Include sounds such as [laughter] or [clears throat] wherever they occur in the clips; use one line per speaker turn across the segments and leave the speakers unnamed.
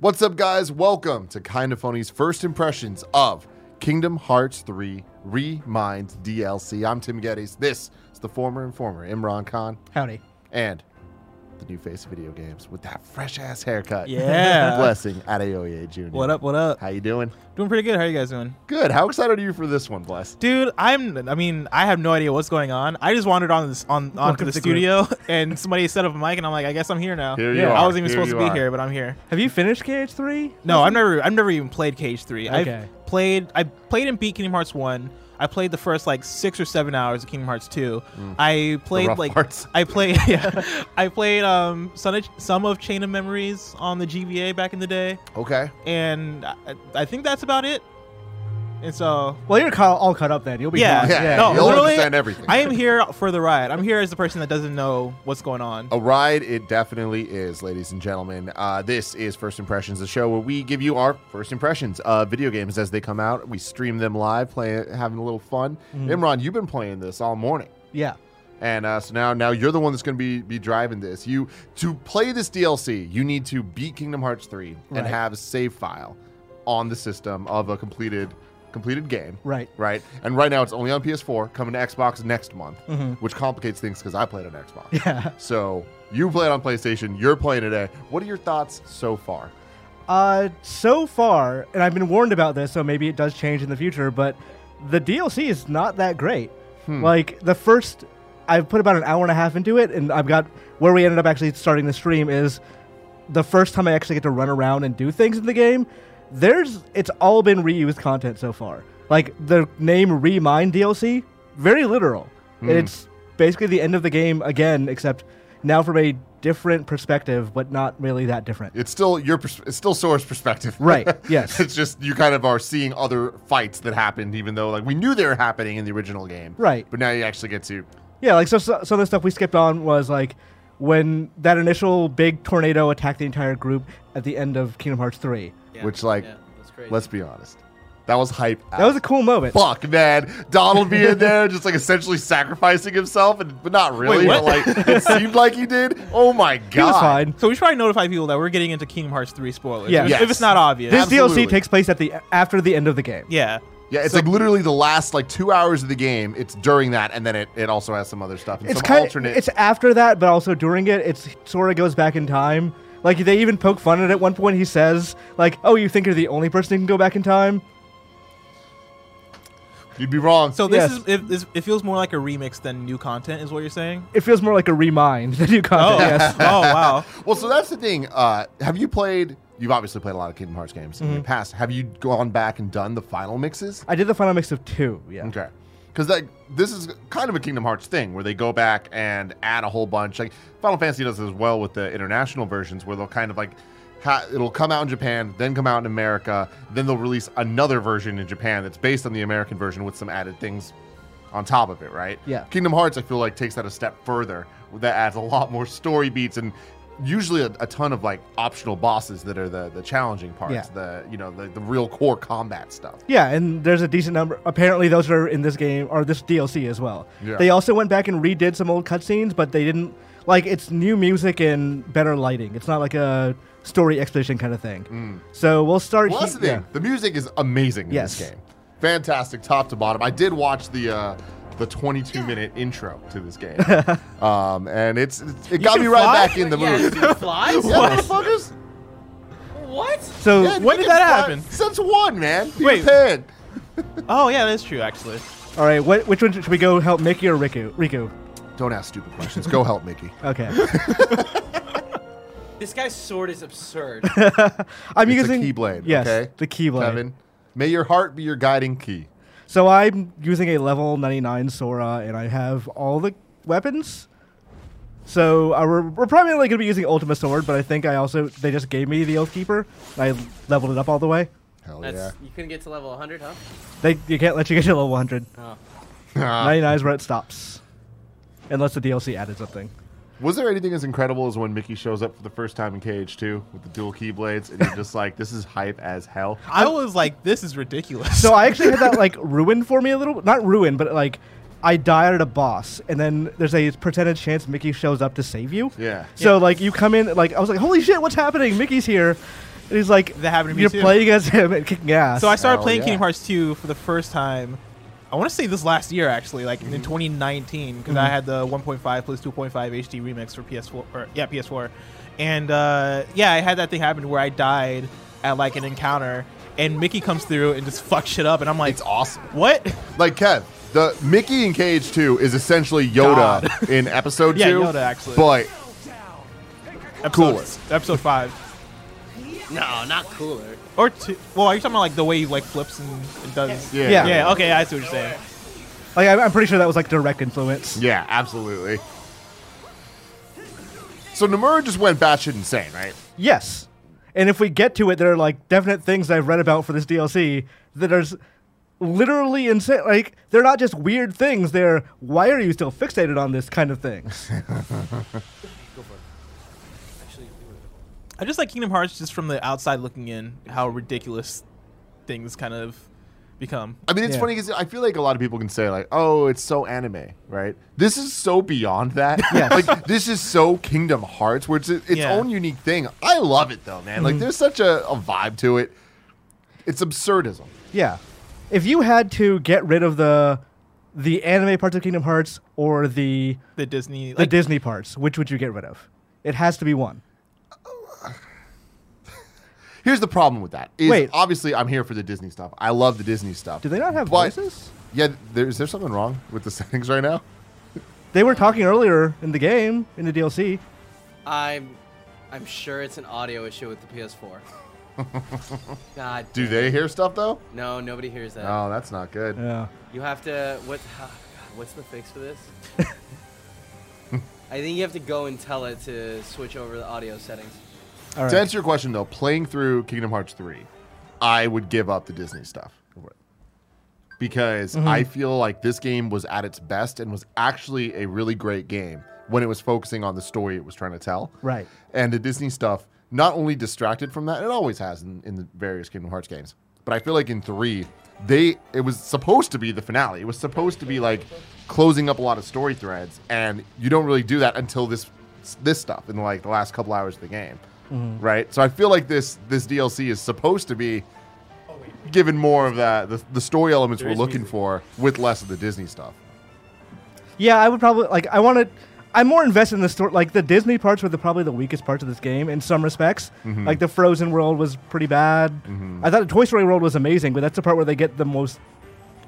What's up, guys? Welcome to Kinda Phony's first impressions of Kingdom Hearts 3 Remind DLC. I'm Tim Geddes. This is the former informer, Imran Khan,
Howdy.
and the new face of video games with that fresh ass haircut. [laughs]
Yeah.
Blessing Adeoye Jr.
What up? What up?
E How you doing?
Doing pretty good. How are you guys doing?
Good. How excited are you for this one, Bless?
Dude, I'm. I mean, I have no idea what's going on. I just wandered on this on onto
Welcome
the
to
studio, [laughs] and somebody set up a mic, and I'm like, I guess I'm here now.
Here you
Yeah.
are.
I wasn't
Here
even supposed to
you
be
are.
here, but I'm here.
Have you finished KH3?
No, I've never. I've never even played Cage Three.
Okay.
I've played. I played and beat Kingdom Hearts One. I played the first like six or seven hours of Kingdom Hearts Two. I played
Mm. rough
like
parts.
I played. [laughs]
[laughs]
Yeah, I played um some of, some of Chain of Memories on the GBA back in the day,
Okay.
and I, I think that's about it. And so
Well, you're ca- all caught up then. You'll be
Yeah.
fine.
Yeah.
No,
you'll
literally,
understand everything.
I am here for the ride. I'm here as the person that doesn't know what's going on.
A ride, it definitely is, ladies and gentlemen. Uh, this is First Impressions, the show where we give you our first impressions of video games as they come out. We stream them live, play, having a little fun. Imran, you've been playing this all morning,
Yeah.
and uh, so now, now you're the one that's going to be be driving this. You to play this DLC, you need to beat Kingdom Hearts three
Right.
and have a save file on the system of a completed completed game.
Right.
Right, and right now it's only on PS4, coming to Xbox next month, which complicates things because I played on Xbox.
Mm-hmm. [laughs] Yeah.
So you played on PlayStation. You're playing today. What are your thoughts so far?
Uh, so far, and I've been warned about this, so maybe it does change in the future, but the DLC is not that great. Like, the first, I've put about an hour and a half into it, and I've got where we ended up actually starting the stream is the first time I actually get to run around and do things in the game. There's, it's all been reused content so far. Like, the name Remind DLC, very literal. And it's basically the end of the game again, except now from a different perspective, but not really that different.
It's still your pers- it's still Sora's perspective,
[laughs] Right, yes.
it's just you kind of are seeing other fights that happened, even though like we knew they were happening in the original game,
Right.
But now you actually get to
Yeah, like so, so some of the stuff we skipped on was like when that initial big tornado attacked the entire group at the end of Kingdom Hearts 3.
which like let's be honest, that was hype.
That was a cool moment.
Fuck, man. Donald being there, just like essentially sacrificing himself, and but not really.
Wait,
but, like it seemed like he did. Oh my god!
He was fine.
So we should probably notify people that we're getting into Kingdom Hearts 3 spoilers.
Yeah.
If,
Yes.
if it's not obvious.
This
Absolutely.
DLC takes place at the after the end of the game.
yeah.
Yeah, it's like literally the last like two hours of the game. It's during that, and then it, it also has some other stuff. And
It's
some
kind
alternate.
it's after that, but also during it, it's Sora goes back in time. Like they even poke fun at it. At one point, he says, "Like, oh, you think you're the only person who can go back in time?"
you'd be wrong.
So
Yes.
this is it, this- it feels more like a remix than new content is what you're saying?
It feels more like a remind [laughs] than you
Oh.
[laughs]
content. Yes.
oh wow.
well, so that's the thing. Uh, have you played? You've obviously played a lot of Kingdom Hearts games
Mhm.
in the past. Have you gone back and done the final mixes?
I did the final mix of two. Yeah.
Okay. Because like this is kind of a Kingdom Hearts thing where they go back and add a whole bunch. Like Final Fantasy does as well with the international versions where they'll kind of like ha- it'll come out in Japan, then come out in America, then they'll release another version in Japan that's based on the American version with some added things on top of it, right?
Yeah.
Kingdom Hearts I feel like takes that a step further. That adds a lot more story beats and usually a, a ton of like optional bosses that are the the challenging parts,
Yeah.
the you know, the, the real core combat stuff.
Yeah, and there's a decent number. Apparently, those are in this game or this DLC as well.
Yeah.
They also went back and redid some old cutscenes, but they didn't like it's new music and better lighting. It's not like a story exposition kind of thing.
Mm.
So we'll start.
Well, that's the
he-
thing.
yeah.
The music is amazing in this
Yes.
game. Fantastic, top to bottom. I did watch the uh, the 22 minute intro to this
[laughs]
game, um, and it's, it's it got
can
me right
fly?
back in the mood. Yeah,
[laughs] Flies?
motherfuckers.
What?
So
Yeah,
When
you
did
can
that
fly
happen?
Since one, man. Peter
Wait.
Pan.
Oh yeah, that's true actually.
all right, what, which one should we go? Help Mickey or Riku? Riku.
Don't ask stupid questions. Go help
[laughs]
Mickey. [laughs]
Okay.
This guy's sword is absurd.
[laughs]
I'm
It's a
using
keyblade.
Yes,
okay?
the keyblade.
Kevin, may your heart be your guiding key.
So I'm using a level 99 Sora, and I have all the weapons. So uh, we're, we're primarily going to be using Ultima Sword, but I think I also they just gave me the Oath Keeper. and I leveled it up all the way.
Hell [laughs]
That's
yeah.
you couldn't get to level 100, huh?
They you can't let you get to level 100.
Oh.
99 is where it stops, unless the DLC added something.
Was there anything as incredible as when Mickey shows up for the first time in KH2 with the dual keyblades, and you're just like, this is hype as hell?
I was like, this is ridiculous.
So I actually had that like ruined for me a little, not ruined, but like I die at a boss, and then there's a percentage chance Mickey shows up to save you.
Yeah.
So like you come in, like I was like, holy shit, what's happening? Mickey's here, and he's like,
That happened to me
You're
too.
playing as him and kicking ass.
So I started
Oh,
playing
yeah.
Kingdom Hearts 2 for the first time. I want to say this last year, actually, like
Mm-hmm.
in 2019, because I had the 1.5 plus 2.5 HD remix for PS4. Or, yeah, PS4. And uh, yeah, I had that thing happen where I died at like an encounter, and Mickey comes through and just fucks shit up, and I'm like,
It's awesome.
what? [laughs]
Like Kev, the Mickey in Cage Two is essentially Yoda [laughs] in Episode
[laughs] Yeah,
Two.
Yoda, actually.
But
Episode,
Cooler.
Episode five
No, not cooler.
or two. Well, are you talking about like the way he like flips and, and does?
yeah,
Yeah.
Yeah. Okay, I see what you're saying.
like I'm, I'm pretty sure that was like direct influence.
Yeah, absolutely. So Nomura just went batshit insane, right?
Yes. And if we get to it, there are like definite things that I've read about for this DLC that are s- literally insane. Like, they're not just weird things, they're why are you still fixated on this kind of things?
Actually,
I just like Kingdom Hearts just from the outside looking in, how ridiculous things kind of become.
I mean, it's
Yeah.
funny because I feel like a lot of people can say like, "Oh, it's so anime," right? This is so beyond
[laughs]
that.
Yes.
like this is so Kingdom Hearts, where it's its
Yeah. Mm-hmm.
own unique thing. I love it though, man. Like there's such a, a vibe to it. It's absurdism.
yeah. If you had to get rid of the the anime parts of Kingdom Hearts or the
The Disney,
the
like,
Disney parts, which would you get rid of? It has to be one.
Here's the problem with that. Is
Wait.
obviously I'm here for the Disney stuff. I love the Disney stuff.
Do they not have
But-
voices?
Yeah, there, is there something wrong with the [laughs] settings right now?
They were talking earlier in the game in the DLC.
I'm, I'm sure it's an audio issue with the [laughs] PS4. God.
Do
damn.
they hear stuff though?
No, nobody hears that.
Oh, that's not good.
Yeah.
You have to. What? [sighs] God, what's the fix for this? I think you have to go and tell it to switch over the audio settings.
All right.
To answer your question though, playing through Kingdom Hearts 3, I would give up the Disney stuff. Because I feel like this game was at its best and was actually a really great game when it was focusing on the story it was trying to tell.
Right.
And the Disney stuff not only distracted from that, it always has in, in the various Kingdom Hearts games. But I feel like in 3, they it was supposed to be the finale. It was supposed to be like closing up a lot of story threads and you don't really do that until this this stuff in like the last couple hours of the game right? So I feel like this this DLC is supposed to be given more of that the, the story elements we're looking for with less of the Disney stuff.
Yeah, I would probably like. I want to. I'm more invested in the story. Like the Disney parts were the, probably the weakest parts of this game in some respects. Like the Frozen world was pretty bad. I thought the Toy Story world was amazing, but that's the part where they get the most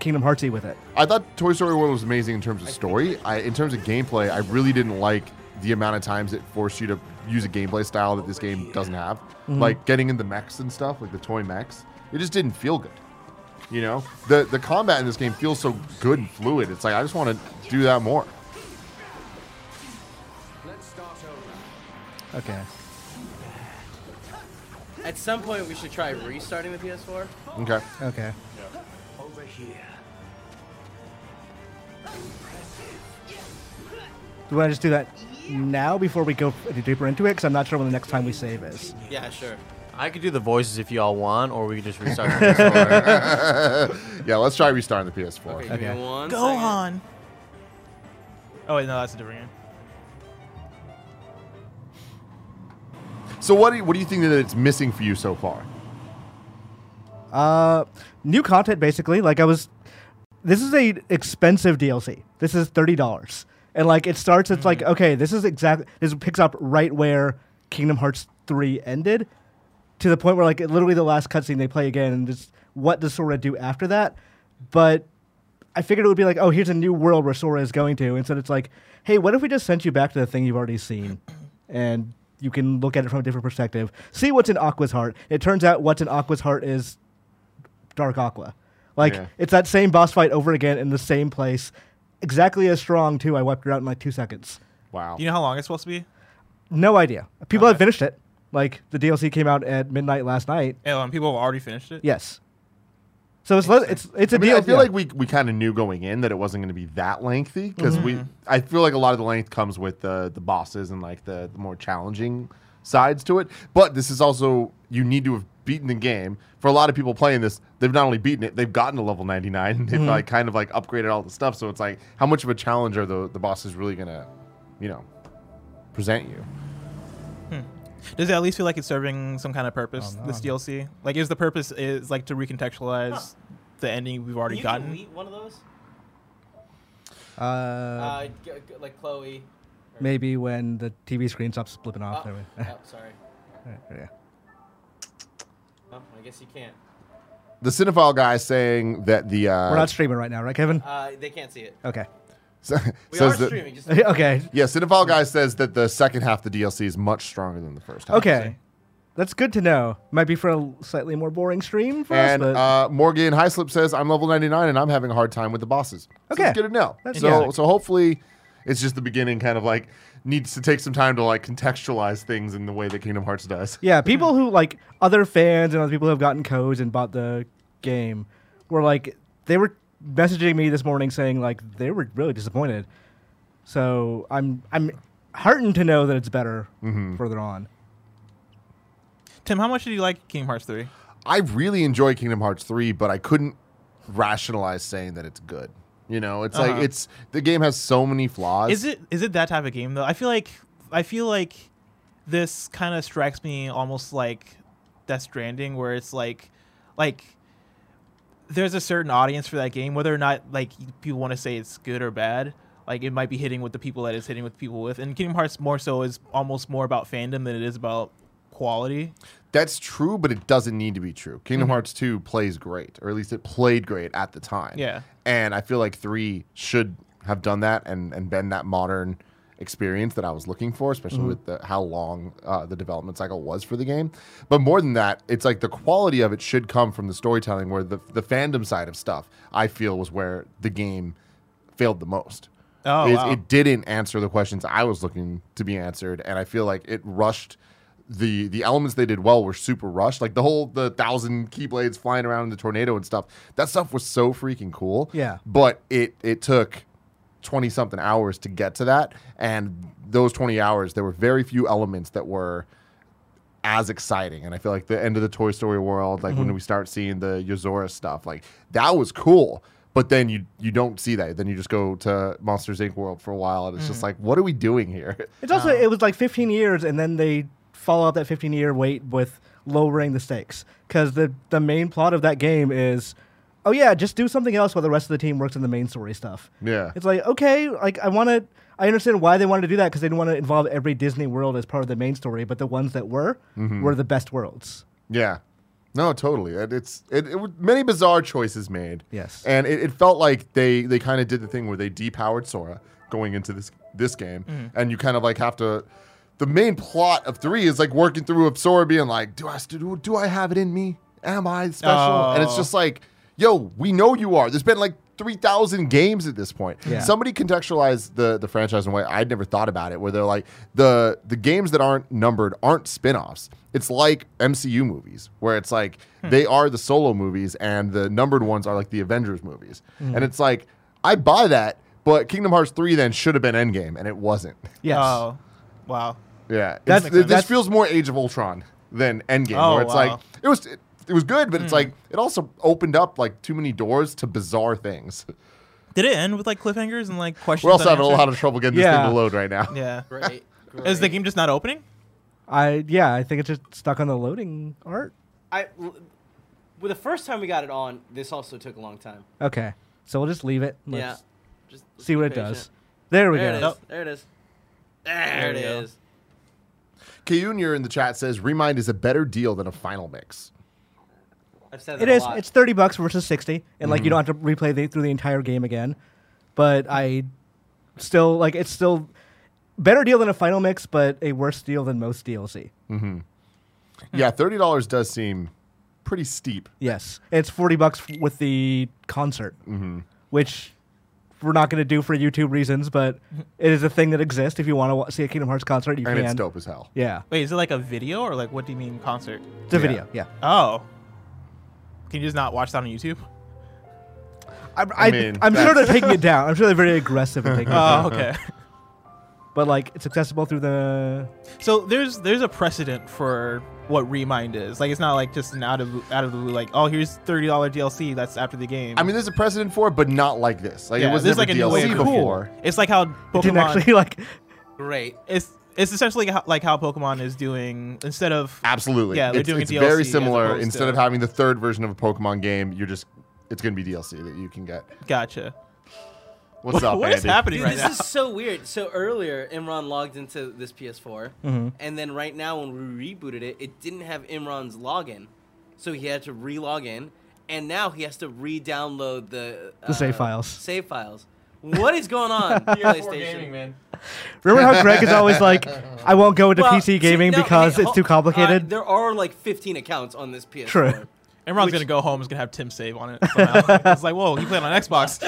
Kingdom Heartsy with it.
I thought Toy Story World was amazing in terms of story. I, in terms of gameplay, I really didn't like the amount of times it forced you to use a gameplay style that this game doesn't have, like getting in the mechs and stuff, like the toy mechs. It just didn't feel good. You know, the the combat in this game feels so good and fluid. It's like I just want to do that more.
Okay.
At some point, we should try restarting the PS4.
Okay.
Okay. Do you want to just do that now before we go any deeper into it? Because I'm not sure when the next time we save is.
Yeah, sure.
I could do the voices if y'all want, or we could just restart.
Yeah, let's try restarting the PS4.
Okay, give
Okay.
me one.
Go
second.
on. Oh wait, no, that's a different game.
So what do you, what do you think that it's missing for you so far?
Uh, new content basically. Like I was, this is a expensive DLC. This is thirty dollars, and like it starts. It's like okay, this is exactly this picks up right where Kingdom Hearts three ended, to the point where like it, literally the last cutscene they play again, and just what does Sora do after that? But I figured it would be like, oh, here's a new world where Sora is going to. Instead, it's like, hey, what if we just sent you back to the thing you've already seen, and you can look at it from a different perspective, see what's in Aqua's heart. It turns out what's in Aqua's heart is Dark Aqua. Like
Yeah.
it's that same boss fight over again in the same place, exactly as strong too. I wiped her out in like two seconds.
Wow.
Do you know how long it's supposed to be?
No idea. People have finished it. Like the DLC came out at midnight last night.
Yeah, and people have already finished it.
Yes. So it's le- it's it's a
I, mean,
DLC.
I feel like we, we kind of knew going in that it wasn't going to be that lengthy because we
Mm-hmm.
I feel like a lot of the length comes with the the bosses and like the, the more challenging sides to it. But this is also you need to have beaten the game. For a lot of people playing this, they've not only beaten it, they've gotten to level 99 and they've
Mm-hmm.
like kind of like upgraded all the stuff. So it's like, how much of a challenge are the, the bosses really going to, you know, present you?
Does it at least feel like it's serving some kind of purpose? This DLC, like, is the purpose is like to recontextualize the ending we've already
you
gotten?
Can delete one of those?
Uh,
Uh, g- g- like Chloe. or-
maybe when the TV screen stops flipping
Oh,
Uh,
off. There we-
oh, sorry.
[laughs] yeah.
Oh, I guess you can't.
The cinephile guy saying that the uh,
We're not streaming right now, right, Kevin?
Uh, they can't see it.
Okay. [laughs]
We
[laughs] says
are
that,
streaming. Just
okay.
Yeah, cinephile guy says that the second half of the DLC is much stronger than the first half.
Okay. That's good to know. Might be for a slightly more boring stream for
And
us, but
uh, Morgan Hyslip says, I'm level 99 and I'm having a hard time with the bosses. So
Okay.
It's good to know.
That's
so,
good.
so hopefully it's just the beginning, kind of like needs to take some time to like contextualize things in the way that Kingdom Hearts does.
yeah, people who like other fans and other people who have gotten codes and bought the game were like they were messaging me this morning saying like they were really disappointed. So I'm I'm heartened to know that it's better
Mm-hmm.
further on.
Tim, how much did you like Kingdom Hearts three?
I really enjoy Kingdom Hearts 3, but I couldn't rationalize saying that it's good. You know, it's
Uh-huh.
like it's the game has so many flaws.
Is it is it that type of game though? I feel like I feel like this kind of strikes me almost like Death Stranding, where it's like like there's a certain audience for that game, whether or not like people want to say it's good or bad. Like it might be hitting with the people that it's hitting with people with, and Kingdom Hearts more so is almost more about fandom than it is about quality.
That's true, but it doesn't need to be true. Kingdom Hearts 2 plays great, or at least it played great at the time.
Yeah.
And I feel like 3 should have done that and, and been that modern experience that I was looking for, especially with the, how long uh, the development cycle was for the game. But more than that, it's like the quality of it should come from the storytelling, where the, the fandom side of stuff, I feel, was where the game failed the most.
Oh,
Is-
wow.
it didn't answer the questions I was looking to be answered, and I feel like it rushed. The, the elements they did well were super rushed. Like the whole the thousand keyblades flying around in the tornado and stuff. That stuff was so freaking cool.
Yeah.
But it it took twenty something hours to get to that. And those twenty hours, there were very few elements that were as exciting. And I feel like the end of the Toy Story world, like when we start seeing the Yozora stuff, like that was cool. But then you you don't see that. Then you just go to Monsters Inc. world for a while, and it's just like, what are we doing here? [laughs]
It's also
Um,
it was like 15 years, and then they follow up that 15 year wait with lowering the stakes because the the main plot of that game is, oh yeah, just do something else while the rest of the team works on the main story stuff.
Yeah.
it's like okay, like I want to. I understand why they wanted to do that because they didn't want to involve every Disney world as part of the main story, but the ones that were were the best worlds.
Yeah. No, totally. It, it's it, it was many bizarre choices made.
Yes.
And it, it felt like they they kind of did the thing where they depowered Sora going into this this game, and you kind of like have to. The main plot of three is like working through of Sora being like, do I st- do, do I have it in me? Am I special? And it's
Oh.
just like, yo, we know you are. There's been like. 3,000 games at this point.
Yeah.
Somebody contextualized the, the franchise in a way I'd never thought about it, where they're like, the the games that aren't numbered aren't spin offs. It's like MCU movies, where it's like they are the solo movies and the numbered ones are like the Avengers movies. And it's like, I buy that, but Kingdom Hearts 3 then should have been Endgame, and it wasn't. [laughs]
Yes,
Oh, wow.
Yeah,
That's-
that's, this
that's-
feels more Age of Ultron than Endgame,
Oh,
where it's
wow. Hmm.
like it was it, it was good, but it's like it also opened up like too many doors to bizarre things. [laughs]
Did it end with like cliffhangers and like questions?
We're also having a
unanswered?
lot of trouble getting this
Yeah.
thing to load right now.
yeah.
great. great.
Is the game just not opening?
I yeah, I think it's just stuck on the loading art.
I, well, the first time we got it on, this also took a long time.
Okay, so we'll just leave it. Let's
yeah. Just
see what it
be
does.
patient.
There we
There it
go.
is. There it is. There,
There we
it
go.
is.
Kayunier in the chat says Remind is a better deal than a final mix.
I've said that
It
a
is.
lot.
It's thirty bucks versus sixty, and like you don't have to replay the, through the entire game again. But I still like it's still better deal than a final mix, but a worse deal than most DLC.
Hmm.
Yeah, thirty dollars does seem pretty steep.
Yes, And it's forty bucks f- with the concert, which we're not going to do for YouTube reasons, but it is a thing that exists. If you want to see a Kingdom Hearts concert, you
And
can.
it's dope as hell.
Yeah,
Wait, is it like a video or like what do you mean concert?
it's a
Yeah.
video. Yeah,
Oh. Can you just not watch that on YouTube?
I, I,
mean,
am
that's-
sure
[laughs]
Uh-huh.
they're taking it down. I'm sure they're very aggressive in taking it down.
Oh, okay.
but like it's accessible through the
So there's there's a precedent for what Remind is. Like it's not like just an out of out of the blue like oh here's thirty dollar DLC that's after the game.
I mean, there's a precedent for it, but not like this. Like
Yeah,
it was
this is
never
like a new way
DLC
of doing it.
before.
it's like how
it didn't
[laughs]
Pokemon
actually [laughs] like
Great.
it's it's essentially how, like how Pokemon is doing instead of
Absolutely.
Yeah, they're
it's,
doing
it's
DLC
very
as
similar.
opposed
Instead
to-
of having the third version of a Pokemon game, you're just it's going to be DLC that you can get.
gotcha.
[laughs]
What's up,
[laughs] what
Andy?
is happening
Dude,
right
this
now?
is so weird. So earlier, Imran logged into this PS4,
Mm-hmm.
and then right now when we rebooted it, it didn't have Imran's login, so he had to re-log in, and now he has to re-download the uh,
The save files.
Save files. What is going [laughs] on, PlayStation?
man.
Remember how Greg is
[laughs]
always like, I won't go into
Well, see,
PC gaming
no, hey,
because it's
hold-
too complicated.
uh, there are like 15 accounts on this PS4.
True.
Everyone's gonna go home. Is gonna have Tim save on it. [laughs] somehow. it's like whoa, he played on Xbox.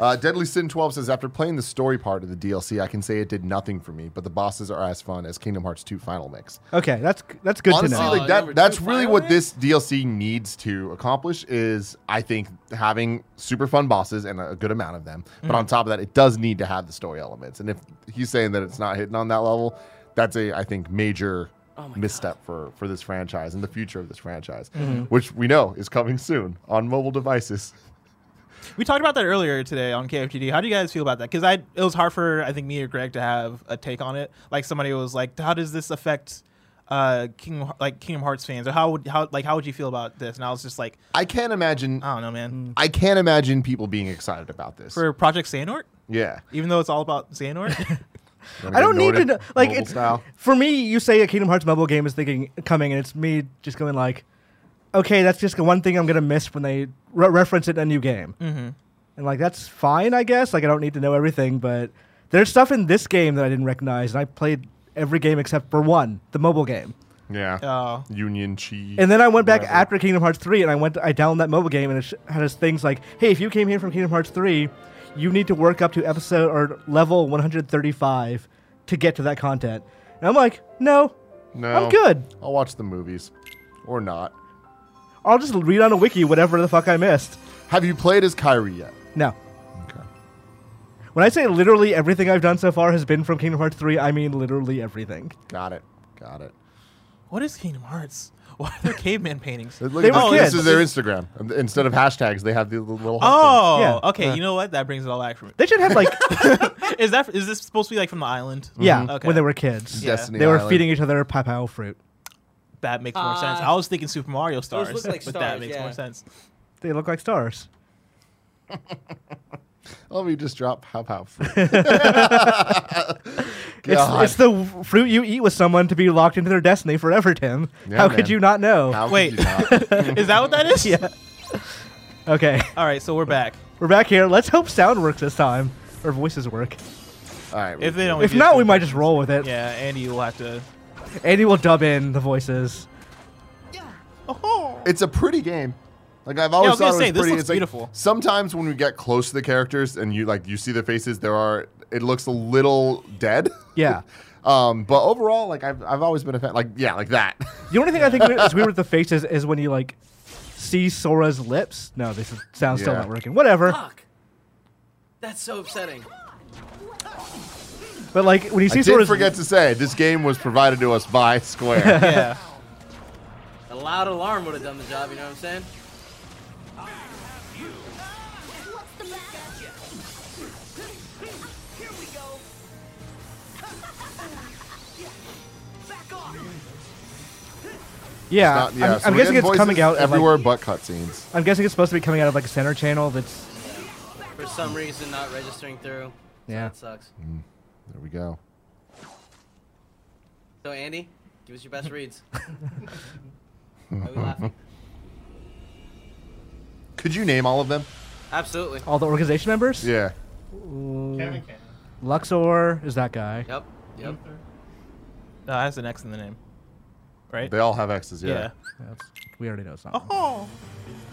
Uh, Deadly Sin 12 says After playing the story part of the DLC, I can say it did nothing for me, but the bosses are as fun as Kingdom Hearts 2 Final Mix.
okay, that's that's good
Honestly,
to know.
Oh,
like
number
that, that's
two,
really
Final
what
Mix?
this DLC needs to accomplish is, I think, having super fun bosses and a good amount of them.
Mm.
But on top of that, it does need to have the story elements. And if he's saying that it's not hitting on that level, that's a, I think, major
Oh my
misstep for, for this franchise and the future of this franchise,
Mm-hmm.
which we know is coming soon on mobile devices.
we talked about that earlier today on KFGD. How do you guys feel about that? Because I it was hard for I think me or Greg to have a take on it. Like somebody was like, how does this affect uh Kingdom like Kingdom Hearts fans? Or how would how like how would you feel about this? And I was just like,
I can't imagine.
I don't know, man.
I can't imagine people being excited about this.
For Project Xehanort,
yeah.
even though it's all about Xehanort.
Gonna
I
get
don't need to
Nordic
know. Like
mobile
it's
style.
for me. You say a Kingdom Hearts mobile game is thinking coming, and it's me just going like, okay, that's just the one thing I'm gonna miss when they re- reference it in a new game. Mm-hmm. And like that's fine, I guess. Like I don't need to know everything, but there's stuff in this game that I didn't recognize, and I played every game except for one, the mobile game.
Yeah.
Oh.
Union cheese.
And then I went back
Whatever.
after Kingdom Hearts 3 and I went I downloaded that mobile game and it sh- had us things like, "Hey, if you came here from Kingdom Hearts 3, you need to work up to episode or level 135 to get to that content." And I'm like, "No.
no,
I'm good.
I'll watch the movies, or not.
I'll just read on a wiki whatever the fuck I missed."
Have you played as Kyrie yet?
No.
Okay.
When I say literally everything I've done so far has been from Kingdom Hearts 3, I mean literally everything.
Got it. Got it.
what is Kingdom Hearts? [laughs] Why are there caveman paintings?
Look
They
at this.
were
this
kids.
is their Instagram. And Instead of hashtags, they have the little- little. heart
Oh,
Yeah.
okay. you know what? That brings it all back for me.
They should
[laughs]
have like [laughs]
[laughs] Is that is this supposed to be like from the island?
Mm. yeah,
Okay.
when they were kids.
thing. Mm-hmm. Destiny
They were
Island.
feeding each other papao fruit.
That makes more
Uh,
sense. I was thinking Super Mario stars,
look
[laughs]
like
but that
stars,
makes
yeah.
more sense.
They look like stars.
Let me just drop how how.
[laughs]
[laughs]
It's,
God.
it's the w- fruit you eat with someone to be locked into their destiny forever, Tim.
Yeah,
How
man.
could you not know?
How could
Wait.
you not?
[laughs] Is that what that
[laughs]
is?
Yeah. Okay, [laughs]
All right, so we're back.
we're back here. Let's hope sound works this time, or voices work.
All right.
If they don't,
[laughs] If
do
not,
it-
we might just roll with it.
Yeah, Andy will
[laughs]
have to.
Andy will dub in the voices.
Oh.
it's a pretty game. Like I've always
was gonna
thought
say,
it was
this
pretty.
looks
it's like,
beautiful.
sometimes when we get close to the characters and you like you see their faces, there are it looks a little dead.
Yeah.
[laughs] um, but overall, like I've I've always been a fan. Like yeah, like
[laughs]
that.
The only thing I think is weird with the faces is when you like see Sora's lips. No, this is, sound's still
Yeah.
not working. Whatever.
Fuck. That's so upsetting.
But like when you see
I did
Sora's,
forget to say this game was provided to us by
[laughs]
Square.
Yeah.
A loud alarm would have done the job. You know what I'm saying?
What's the matter? Here we go. Back off.
yeah,
Not- yeah, so
I'm, I'm
we're
guessing
getting
it's
voices
coming out of, like-
everywhere but cutscenes.
I'm guessing it's supposed to be coming out of like a center channel. That's
For some reason, not registering through.
yeah.
That sucks.
There we go.
So Andy, give us your best reads. [laughs] Are we laughing?
Could you name all of them?
Absolutely.
All the organization members.
Yeah.
Ooh. Luxor is that guy.
Yep. Yep.
No, it has an X in the name, right?
They all have X's. Yeah.
yeah.
That's, we already know it's not. him.
[laughs] Oh.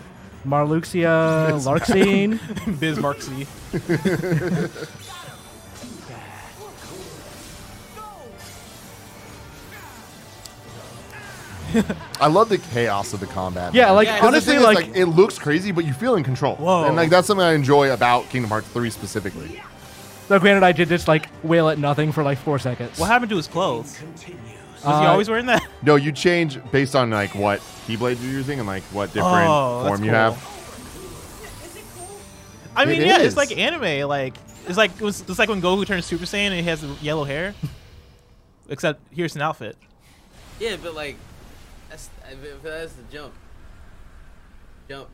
[laughs] Marluxia, Larxene.
Bismarcky.
I love the chaos of the combat.
Yeah,
man.
like
'Cause the
'Cause
honestly,
the thing is,
like,
it looks crazy, but you feel in control.
Whoa.
And like that's something I enjoy about Kingdom Hearts 3 specifically.
[laughs] though granted, I did just like wail at nothing for like four seconds.
What happened to his clothes? Was he
Uh,
always wearing that? [laughs]
No, you change based on like what keyblade you're using and like what different
Oh, that's
form you
cool.
have.
Is it cool?
I
It
mean, yeah,
is.
it's like anime. Like it's like it was, it's like when Goku turns Super Saiyan and he has the
[laughs]
yellow hair. Except here's an outfit.
Yeah, but like, that's I mean, but that's the jump. Jump.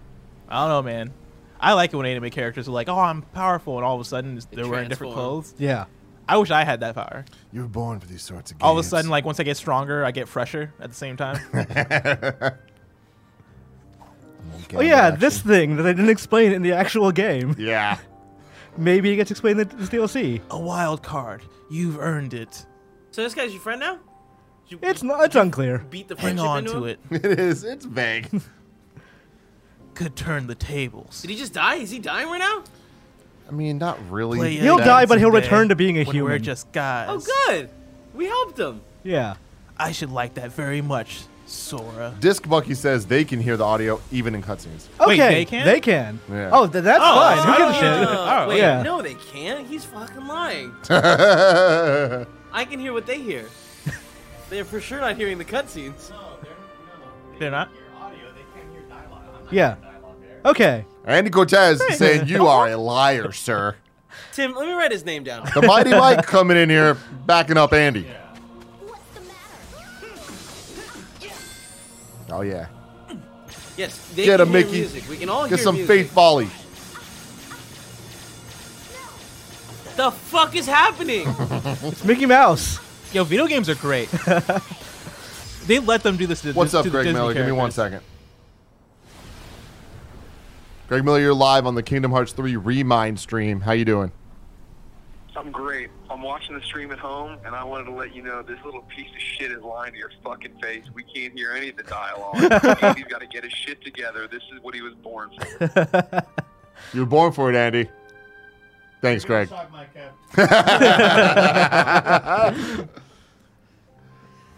I don't know, man. I like it when anime characters are like, "Oh, I'm powerful," and all of a sudden they're wearing different
transform.
clothes.
Yeah.
I wish I had that power.
You were born for these sorts of games.
All of a sudden, like once I get stronger, I get fresher at the same time.
Oh yeah, this thing that they didn't explain in the actual game.
Yeah. [laughs]
Maybe it gets explained in this DLC.
a wild card. You've earned it.
So this guy's your friend now? Did you
It's not. It's unclear.
beat the friendship
Hang on
into
to
him?
it.
It is. It's
[laughs]
vague.
Could turn the tables.
Did he just die? Is he dying right now?
I mean, not really.
Play it
He'll
out
die, but he'll
someday
return to being a
when We're
human.
just guys.
Oh, good. We helped him.
Yeah.
I should like that very much, Sora.
Disc Bucky says they can hear the audio even in cutscenes. [laughs]
Okay.
Wait, they can?
They can.
Yeah.
Oh, th- that's
Oh,
fine. Who gives
yeah.
a shit?
Oh,
Wait,
yeah.
no, they can't. He's fucking lying. I can hear what they hear. They're for sure not hearing the cutscenes.
They're not.
Yeah. Okay.
Andy Cortez saying you are a liar, sir.
Tim, let me write his name down.
The mighty Mike coming in here, backing up Andy.
What's the matter?
Oh yeah,
Yes, they
Get
can
him,
hear
Mickey.
music. We can all
get
hear
some
music.
faith volley.
The fuck is
[laughs]
happening?
It's Mickey Mouse.
Yo, video games are [laughs] great. they let them do this. To,
What's
to
up,
the
Greg
Disney
Miller? Give me one second.
characters.
Greg Miller, you're live on the Kingdom Hearts 3 Remind stream. How you doing?
I'm great. I'm watching the stream at home, and I wanted to let you know this little piece of shit is lying to your fucking face. We can't hear any of the dialogue. Andy's got to get his shit together. This is what he was born for.
You were born for it, Andy. Thanks, Greg.
I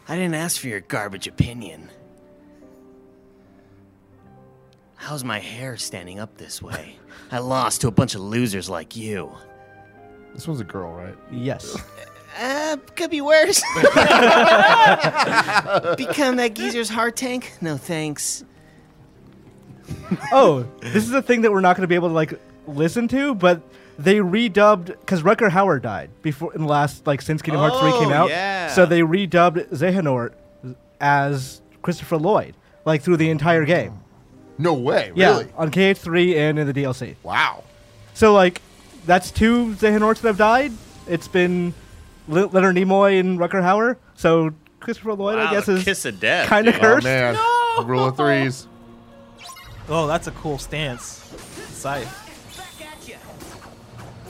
didn't ask for your garbage opinion. How's my hair standing up this way? I lost to a bunch of losers like you.
This one's a girl, right?
Yes.
Uh, could be [laughs] worse. Become that geezer's heart tank? No thanks.
oh, this is a thing that we're not going to be able to like listen to, but they redubbed because Rucker Howard died before in the last like since Kingdom Hearts three came
Oh,
out.
yeah.
So they redubbed Zehanort as Christopher Lloyd like through the entire game.
No way,
Yeah,
Oh, really?
on KH three and in the DLC.
Wow.
So like, that's two Zehanorts that have died. It's been Le- Leonard Nimoy and Rucker Howard. So Christopher Lloyd, I guess, is
kiss of death.
kind of
dude.
Oh
cursed.
man, rule of threes.
Oh, that's a cool stance. Sight.
Back at you.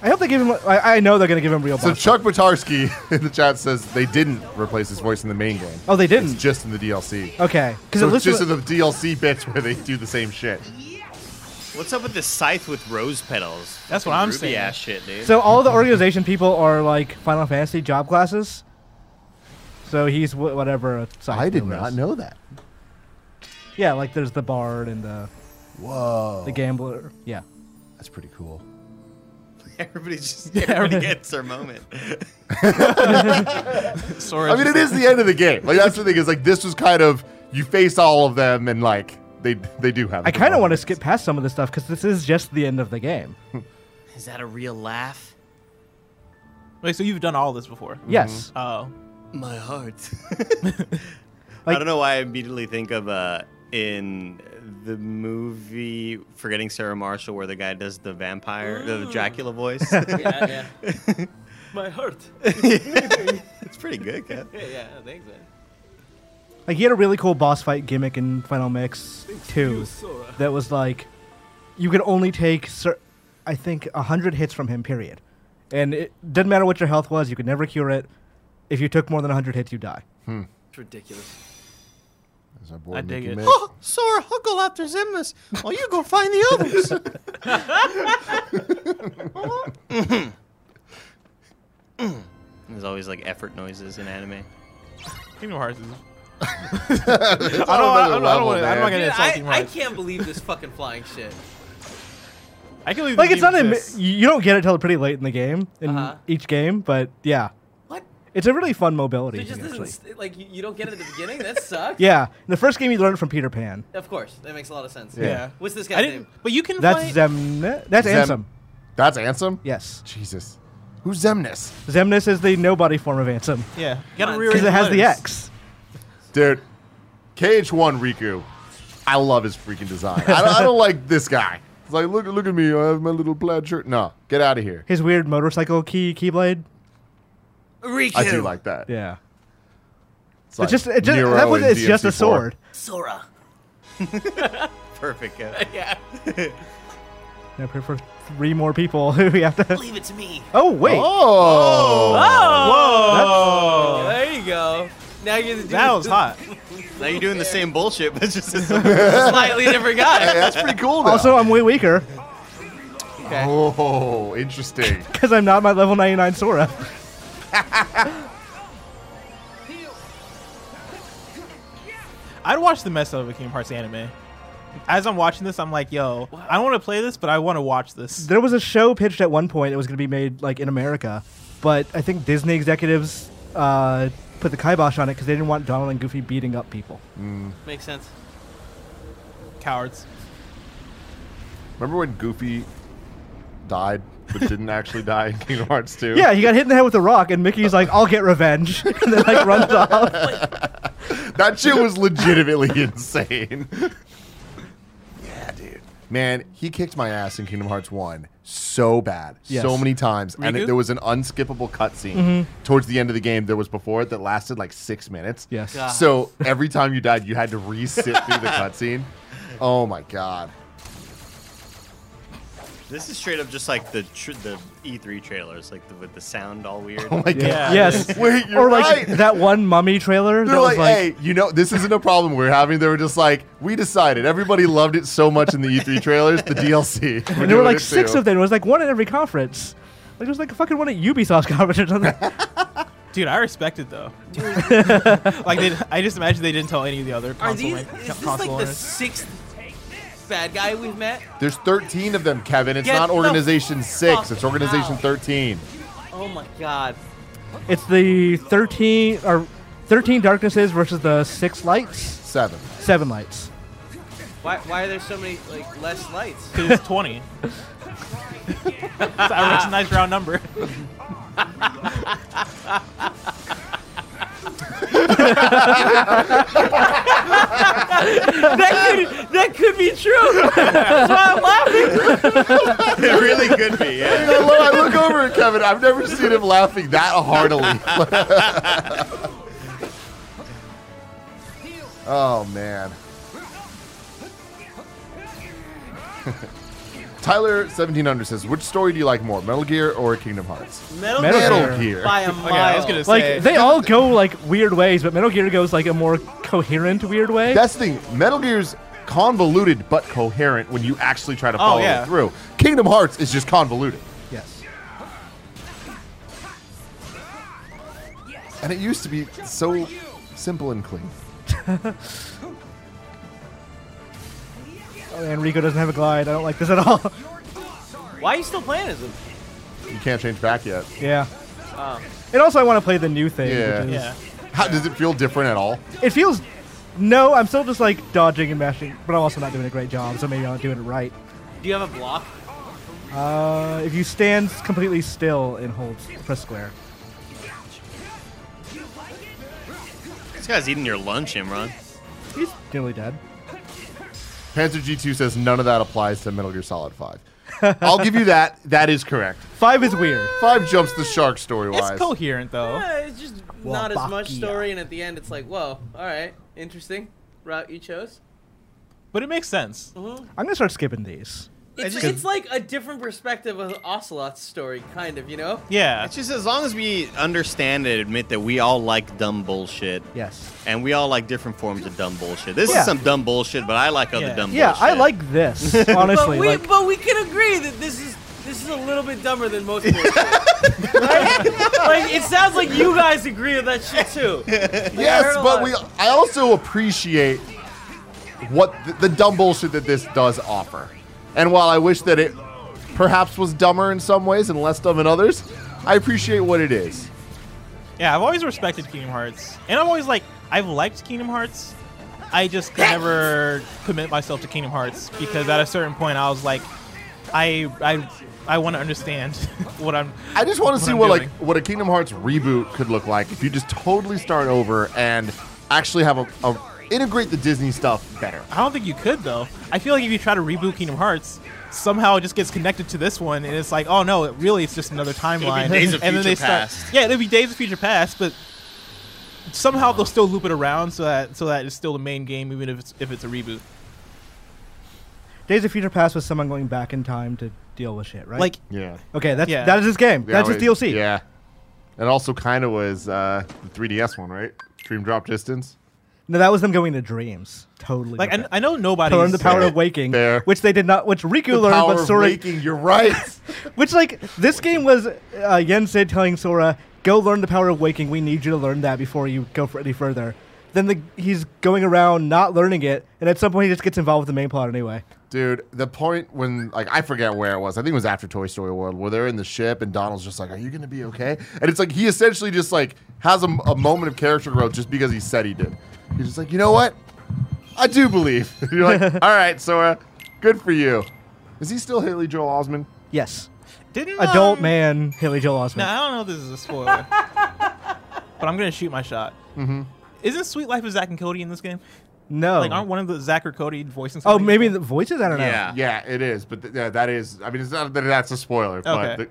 I hope they give him. I, I know they're going to give him real.
So
boss
Chuck Batarski [laughs] in the chat says they didn't replace his voice in the main game.
Oh, they didn't?
It's just in the DLC.
okay, because
So
it
it's
literally
just in the DLC bits where they do the same shit.
What's up with this scythe with rose petals?
That's what I'm
Ruby
saying.
ass shit, dude.
So all the organization people are like Final Fantasy job classes. So he's wh- whatever. a side hero is.
know that.
Yeah, like there's the bard and the
Whoa,
the gambler. Yeah.
that's pretty cool.
[laughs] everybody just everybody gets their moment.
Sora.
I mean, it is the end of the game. Like that's the thing is like this was kind of you face all of them and like they they do have.
I kind of want to
moments.
skip past some of this stuff because this is just the end of the game.
Mm-hmm.
Is that a real laugh?
Wait, so you've done all this before?
Yes.
Oh,
My heart.
Like-
I don't know why I immediately think of uh in the movie Forgetting Sarah Marshall where the guy does the vampire the Dracula voice.
yeah, yeah. My heart.
it's pretty good, Kat.
Yeah, yeah, thanks, man.
Like he had a really cool boss fight gimmick in Final Mix Two,
Sora.
that was like, you could only take, cer- I think, hundred hits from him. Period. And it didn't matter what your health was; you could never cure it. If you took more than hundred hits, you die.
It's ridiculous.
There's our boy
[laughs] I dig
Mickey
it.
Mick.
Oh, Sora, I'll go after Zemnis. Well, you go find the others. There's always like effort noises in anime.
Kingdom Hearts is
It's
I don't-
on another
I don't- I don't
level,
wanna- I don't
man.
wanna
Dude,
it's like
I,
Team
I
Hearts.
can't believe this fucking flying shit.
I can believe
Like
this
it's
game
not in,
exists.
you don't get it till pretty late in the game in
Uh-huh.
each game, but yeah,
What?
it's a really fun
So
mobility.
it just
thing,
doesn't
actually.
st- like you, you don't get it at the beginning. That sucks.
Yeah, in the first game you learn it from Peter Pan.
Of course, that makes a lot of sense.
Yeah.
Yeah.
What's this
I
guy's
didn't.
name?
But you can.
That's
play-
Zemn. That's
Zem-
Ansem.
That's Ansem?
Yes,
Jesus. Who's Zemnis?
Zemnis is the nobody form of Ansem
Yeah. You gotta
on,
rearrange
because it has the
letters.
X.
Dude, KH1 Riku. I love his freaking design. I don't, I don't like this guy. It's like, look, look at me. I have my little plaid shirt. No, get out of here.
His weird motorcycle key keyblade.
Riku.
I do like that.
Yeah,
It's
it's
like
just it just
Nero
that was
in
it's just a
DMC4.
sword.
Sora.
Perfect. Yeah.
Yeah.
Now pray for three more people [laughs] who we have to.
Leave it to me.
Oh wait,
Oh.
Whoa!
There you go. Now you're the dude
That was hot.
[laughs] Now you're doing the same bullshit, but it's just it's [laughs]
Slightly
[laughs]
different
Hey,
guy.
that's pretty cool. Though.
also I'm way weaker
oh, interesting.
because I'm not my level 99 Sora.
I'd watch the mess out of a Kingdom Hearts anime. As I'm watching this, I'm like, yo, I don't want to play this, but I want to watch this.
There was a show pitched at one point. It was going to be made like in America, but I think Disney executives uh, put the kibosh on it because they didn't want Donald and Goofy beating up people.
Makes sense.
Cowards.
Remember when Goofy died, but didn't actually die in Kingdom Hearts 2?
Yeah, he got hit in the head with a rock, and Mickey's like, "I'll get revenge," [laughs] and then like runs off.
That shit was legitimately [laughs] insane. yeah, dude. Man, he kicked my ass in Kingdom Hearts 1 so bad,
Yes. Mm-hmm.
so many times. And
Riku?
it, there was an unskippable cutscene towards the end of the game there was before it that lasted like six minutes.
Yes.
God.
So every time you died, you had to re sit through the cutscene. Oh my God.
This is straight up just like the tr- the E3 trailers, like the, with the sound all weird.
Oh
[laughs]
my God.
[laughs]
Yeah.
[laughs]
Yes.
Wait, you're
or like [laughs]
right.
that one mummy trailer
They're
that
like,
was like,
hey, you know, this isn't a problem we're having. They were just like, we decided. Everybody loved it so much in the
[laughs]
E3 trailers, the DLC. We're
and there were
doing
like
it
six
too.
of them. It was like one at every conference. Like it was like a fucking one at Ubisoft [laughs] conference or something.
Dude, I respect it though. [laughs] like, they, I just imagine they didn't tell any of the other console,
Are these?
ma-
Is this
console
like the
owners.
sixth bad guy we've met?
There's 13 of them, Kevin. It's
Get
not
the
Organization 6,
fuck
it's Organization
out.
13.
Oh my god.
it's the thirteen or thirteen darknesses versus the six lights,
7.
seven lights.
Why, why are there so many like less lights?
'Cause it's
[laughs]
20. That's a recognized round number.
that could that could be true. That's why I'm laughing.
it really could be. [laughs] Yeah.
I, lo- I look over at Kevin. I've never seen him laughing that heartily. [laughs] oh, man. [laughs] Tyler1700 says, which story do you like more, Metal Gear or Kingdom Hearts?
Metal,
Metal
Gear
Metal
Gear.
Gear.
by a
Okay, I was
mile.
gonna
Like
say.
they all go like weird ways, but Metal Gear goes like a more coherent weird way.
That's the thing. Metal Gear's convoluted but coherent when you actually try to
Oh,
follow
yeah.
it through. Kingdom Hearts is just convoluted.
yes.
And it used to be so simple and clean.
Oh, and Rico doesn't have a glide. I don't like this at all. [laughs]
why are you still playing as him?
You can't change back yet.
yeah. And also, I want to play the new thing.
Yeah.
Which is,
yeah.
How does it feel different at all?
It feels. No, I'm still just like dodging and mashing, but I'm also not doing a great job, so maybe I'm not doing it right.
Do you have a block?
Uh, if you stand completely still and hold press square.
This guy's eating your lunch, Imran.
He's nearly dead.
Panzer G2 says none of that applies to Metal Gear Solid [laughs] 5. I'll give you that. That is correct.
Five is weird.
5 jumps the shark story
It's
wise.
coherent though.
Eh, it's just not as much
Wabaki.
story, and at the end, it's like, whoa, all right, interesting route you chose.
But it makes sense.
I'm gonna start skipping these.
It's,
just-
it's like a different perspective of Ocelot's story, kind of, you know?
Yeah.
It's just as long as we understand and admit that we all like dumb bullshit.
Yes.
And we all like different forms of dumb bullshit. This
Yeah.
is some dumb bullshit, but I like other
Yeah.
dumb
Yeah,
bullshit.
I like this.
But
Honestly,
we
like
but we can agree that this is This is a little bit dumber than most
[laughs]
bullshit. right? Like, it sounds like you guys agree with that shit [laughs] too.
Yes,
heard a
but
lot.
we. I also appreciate what the, the dumb bullshit that this does offer. And while I wish that it perhaps was dumber in some ways and less dumb in others, I appreciate what it is.
Yeah, I've always respected Kingdom Hearts, and I'm always like, I've liked Kingdom Hearts. I just could never commit myself to Kingdom Hearts because at a certain point I was like, I I I want to understand [laughs] what I'm.
I just want to see
I'm
what like
doing.
what a Kingdom Hearts reboot could look like if you just totally start over and actually have a, a integrate the Disney stuff better.
I don't think you could though. I feel like if you try to reboot Kingdom Hearts, somehow it just gets connected to this one, and it's like, oh no, it really it's just another timeline. [laughs]
Days of
and then they
Future Past.
start. Yeah, it'll be Days of Future Past, but somehow they'll still loop it around so that so that it's still the main game, even if it's if it's a reboot.
Days of Future Past was someone going back in time to deal with shit, right?
Like
Yeah.
okay, that's
Yeah.
that is his game. that's his
wait,
DLC.
Yeah. It also kind of was uh, the 3DS one, right? Dream Drop Distance.
No, that was them going to dreams. Totally.
like I,
different.
I know nobody.
learned the power of waking,
Fair.
which they did not. Which Riku learned,
Power
but
of
Sora.
waking, you're right.
Which like this game was uh, Yensei telling Sora, "Go learn the power of waking. We need you to learn that before you go for any further." Then the, he's going around not learning it, and at some point he just gets involved with the main plot anyway.
Dude, the point when like I forget where it was. I think it was after Toy Story World, where they're in the ship and Donald's just like, "Are you gonna be okay?" And it's like he essentially just like has a, a moment of character growth just because he said he did. He's just like, "You know what? I do believe." [laughs] You're
[laughs]
like, "All right, Sora, good for you." Is he still Haley Joel Osment?
Yes,
didn't
adult
um,
man Haley Joel Osment.
No, I don't know if this is a
[laughs]
spoiler, but I'm gonna shoot my shot. Mm-hmm. Isn't Sweet Life of Zack and Cody in this game?
No.
Like, aren't one of the Zack or Cody voicing?
oh,
somebody?
maybe the voices. I don't know.
Yeah.
Yeah, it is. But th- yeah, that is. I mean, it's not that that's a spoiler, but
Okay.
the,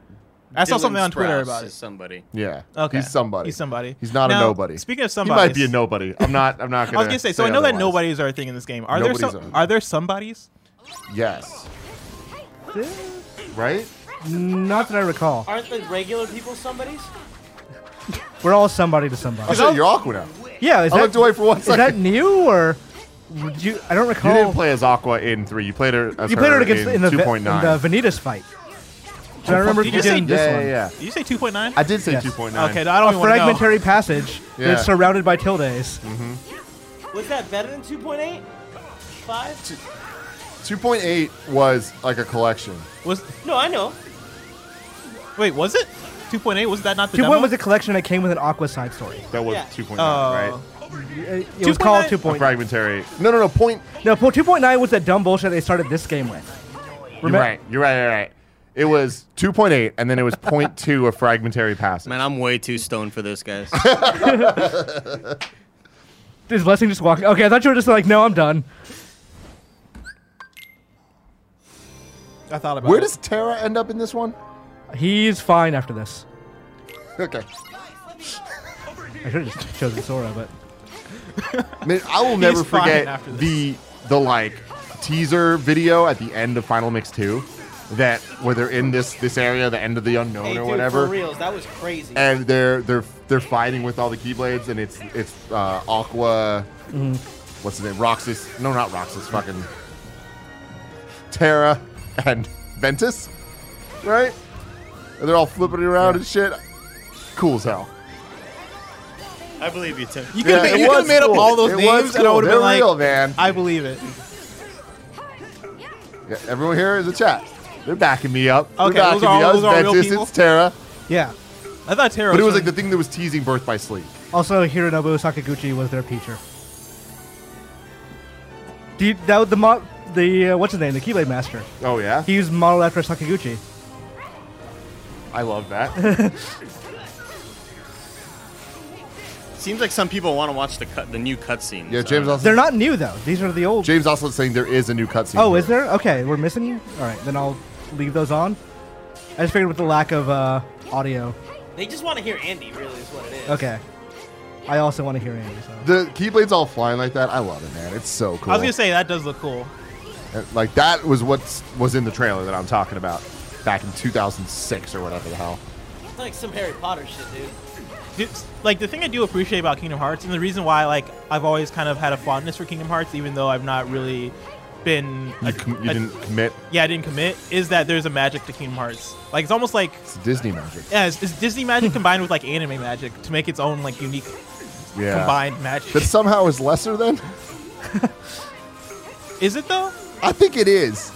I saw
Dylan
something on Twitter
Sprouse
about
is
it.
Somebody.
yeah,
Okay.
he's somebody.
He's somebody.
He's not
Now,
a nobody.
Speaking of
he
somebody,
might be a nobody. I'm not. I'm not
[laughs] I
gonna.
was gonna say. So I know that nobodies are a thing in this game. Are there
Nobodies
some?
are.
Are there somebodies?
Yes. Right?
Not that I recall.
Aren't the regular people somebody's?
We're all somebody to
Oh,
somebody.
shit, you're Aqua now.
Yeah, is
I
that,
looked away for one
is that
second.
new or would you? I don't
You
recall.
didn't play as Aqua in three. You played her as
You played her
her
against in,
in,
the, Ve- in
2.9.
the Vanitas fight. So I remember
did
Oh, you
you say-
doing this
yeah,
one.
yeah, yeah.
Did you say 2.9?
I did say
Yes.
2.9.
Okay, I don't
A
even want to know.
fragmentary passage
Yeah. Mm.
that's surrounded by tildes.
Was that better than 2.8? Five?
2.8 was like a collection.
Was
No, I know.
wait, was it 2.8? Was that not the
Two
demo?
one was a collection that came with an Aqua side story.
That was
Yeah.
2.9,
Oh.
right?
It, it was called
2.9?
Uh, two
A
point.
fragmentary. No, no, no. Point.
No, po- two point nine was that dumb bullshit they started this game with.
You're right. You're right. You're right. It was 2.8, and then it was 0.2 of fragmentary passage.
Man, I'm way too stoned for those guys.
Is blessing just walking? Okay, I thought you were just like, no, I'm done.
I thought about.
Where
it.
does Terra end up in this one?
He's fine after this.
Okay.
I should have just chosen Sora, but
Man, I will never
fine
forget
after this.
the the like teaser video at the end of Final Mix Two, that where they're in this this area, the end of the unknown
Hey,
or
dude,
whatever,
for reals, that was crazy.
and they're they're they're fighting with all the Keyblades, and it's it's uh, Aqua, what's his name, Roxas? No, not Roxas, fucking Terra and Ventus, right? And they're all flipping around and shit. Cool as hell.
I believe you, Tim.
You could
Yeah,
have
it
you could
was
have made up
cool.
all those
It was
names, and I
cool.
would have
They're
been like,
real, man.
I believe it.
Yeah, everyone here is a chat. They're backing me up. They're
Okay,
backing
those are-
me up.
those are real
Ventus,
people?
it's Terra.
yeah.
I thought Terra.
But it was like
from-
the thing that was teasing Birth by Sleep.
Also, Hironobu Sakaguchi was their teacher. Do you, that was the mo- the uh, what's his name, the Keyblade Master.
Oh yeah,
He was modeled after Sakaguchi.
I love that.
Seems like some people want to watch the cut, the new
[laughs]
cutscene.
yeah, James. Austin,
They're not new though; these are the old.
James Austin saying there is a new cutscene.
oh,
here.
is there? Okay, we're missing you. All right, then I'll leave those on. I just figured with the lack of uh, audio.
They just want to hear Andy, really, is what it is.
Okay. I also want to hear Andy. So.
The Keyblade's all flying like that. I love it, man. It's so cool.
I was gonna say that does look cool.
Uh, Like that was what was in the trailer that I'm talking about back in 2006 or whatever the hell.
It's like some Harry Potter shit, dude.
Dude, like the thing I do appreciate about Kingdom Hearts, and the reason why like I've always kind of had a fondness for Kingdom Hearts, even though I've not really been
You, com- you
a-
didn't commit.
yeah, I didn't commit is that there's a magic to Kingdom Hearts. Like it's almost like
It's Disney magic.
yeah, it's, it's
[laughs]
Disney magic combined with like anime magic to make its own like unique
Yeah.
combined magic.
That somehow is lesser than?
is it though?
I think it is.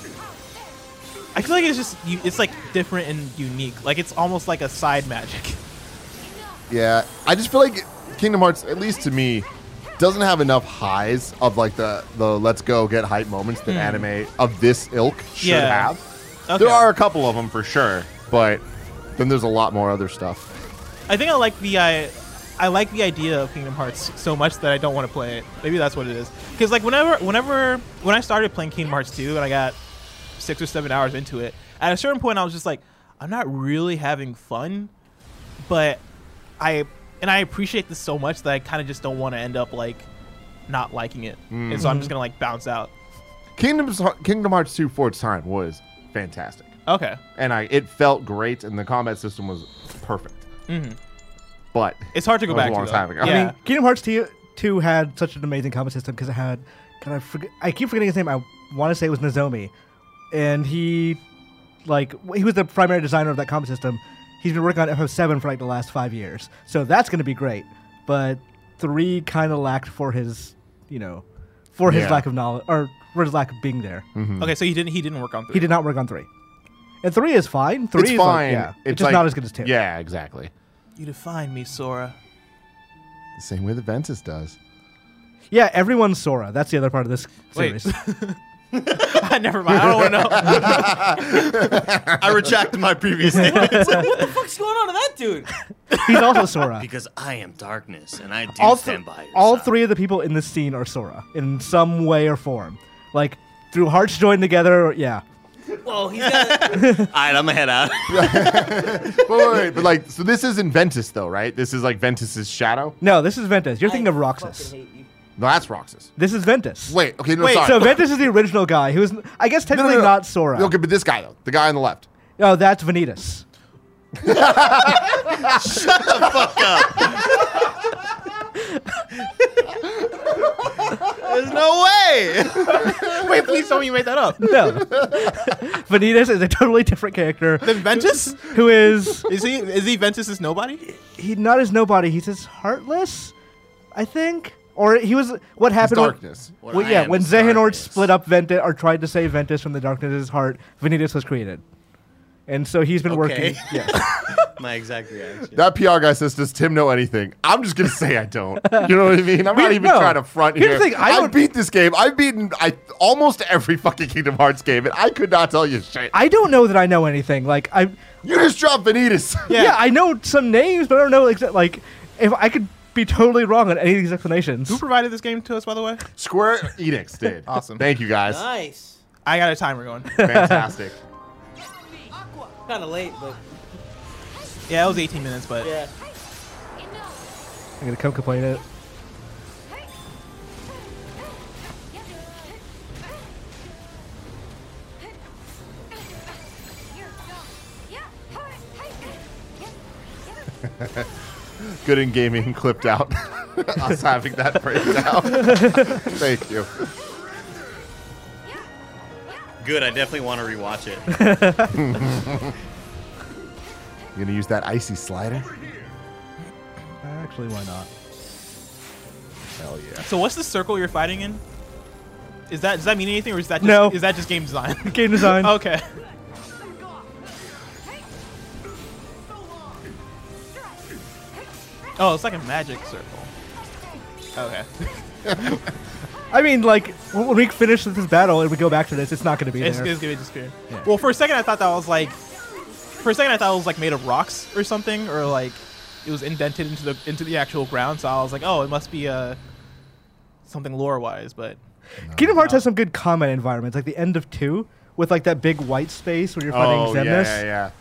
I feel like it's just u- it's like different and unique. Like it's almost like a side magic. [laughs]
Yeah, I just feel like Kingdom Hearts, at least to me, doesn't have enough highs of like the the let's go get hype moments that anime of this ilk should
Hmm. Yeah.
have.
Okay.
There are a couple of them for sure, but then there's a lot more other stuff.
I think I like the I, I like the idea of Kingdom Hearts so much that I don't want to play it. Maybe that's what it is. Because like whenever whenever when I started playing Kingdom Hearts two and I got six or seven hours into it, at a certain point I was just like, I'm not really having fun, but I and I appreciate this so much that I kind of just don't want to end up like not liking it, and so I'm just gonna like bounce out.
Kingdoms, Kingdom Hearts 2 for its time was fantastic,
Okay,
and I it felt great, and the combat system was perfect. But
Mm-hmm. it's hard to go
That was
back
a long
to.
time
though.
ago. I
Yeah.
mean,
Kingdom Hearts 2, 2 had such an amazing combat system because it had. God, I forget. I keep forgetting his name. I want to say it was Nozomi, and he, like, w- he was the primary designer of that combat system. He's been working on FF7 for like the last five years, so that's going to be great. But three kind of lacked for his, you know, for his
Yeah. Mm-hmm.
lack of knowledge or for his lack of being there.
okay, so he didn't he didn't work on three.
He did not work on three, and three is fine. Three
it's
is
fine.
Like, yeah, it's,
it's
just
like-
not as good as two.
Yeah, exactly.
You define me, Sora. [laughs]
The same way the Ventus does.
yeah. Everyone's Sora. That's the other part of this
Wait.
series.
Never mind. I don't want to know.
I retract my previous statement.
what the fuck's going on to that dude?
[laughs]
He's also Sora.
Because I am darkness and I do
all, th-
stand by your
all
side.
three of the people in this scene are Sora in some way or form. Like through hearts joined together, or- yeah.
[laughs] Well, [laughs] he's got.
All right, I'm gonna head out.
Wait, wait, wait, but like, so this isn't Ventus though, right? This is like Ventus's shadow.
No, this is Ventus. You're thinking of Roxas.
No, that's Roxas.
This is Ventus.
Wait, okay, no,
Wait,
sorry.
so Ventus is the original guy who is, I guess,
No, no,
technically
no, no.
not Sora.
Okay, but this guy though, the guy on the left.
No, that's Vanitas.
There's no way.
Wait, please tell me you made that up.
No. Vanitas is a totally different character
Ventus?
who is
Is he is he Ventus's nobody?
he not as nobody, he's as heartless, I think. Or he was what happened when-
darkness.
What
Well,
I
yeah,
am
when
is
Zehanort
darkness.
split up Ventus or tried to save Ventus from the darkness of his heart, Vanitas was created. And so he's been working.
Okay.
[laughs] Yeah.
[laughs] My exact reaction.
That PR guy says, "Does Tim know anything?" I'm just gonna say I don't. You know what I
[laughs]
mean? I'm
We-
not even
no.
trying to front
Here's
here.
the thing, I don't-
beat this game. I've beaten I almost every fucking Kingdom Hearts game, and I could not tell you shit.
I don't know that I know anything. Like I
you just dropped Vanitas.
yeah. I know some names, but I don't know exact like if I could be totally wrong on any of these explanations.
Who provided this game to us, by the way?
[laughs] Square Enix did.
Awesome.
Thank you guys.
nice.
I got a timer going.
Fantastic.
Kind of late, but
Yeah, it was 18 minutes, but
yeah.
I'm gonna come complain it.
Good in gaming [laughs] clipped out. Us having that breakdown. [laughs] Thank you.
Good. I definitely want to rewatch it. [laughs]
You gonna use that icy slider?
Actually, why not?
Hell yeah.
so what's the circle you're fighting in? Is that does that mean anything, or is that just,
No.
is that just game [laughs] design?
[laughs] Game design.
okay. Oh, it's like a magic circle. Okay.
I mean, like when we finish this battle and we go back to this, it's not gonna be
It's,
there.
it's gonna disappear. Well, for a second I thought that was like, for a second I thought it was like made of rocks or something, or like it was indented into the into the actual ground. So I was like, oh, it must be uh, something lore wise. But
Kingdom Hearts has some good combat environments, like the end of two with like that big white space where you're fighting
Oh yeah,
Xemnas.
yeah, yeah.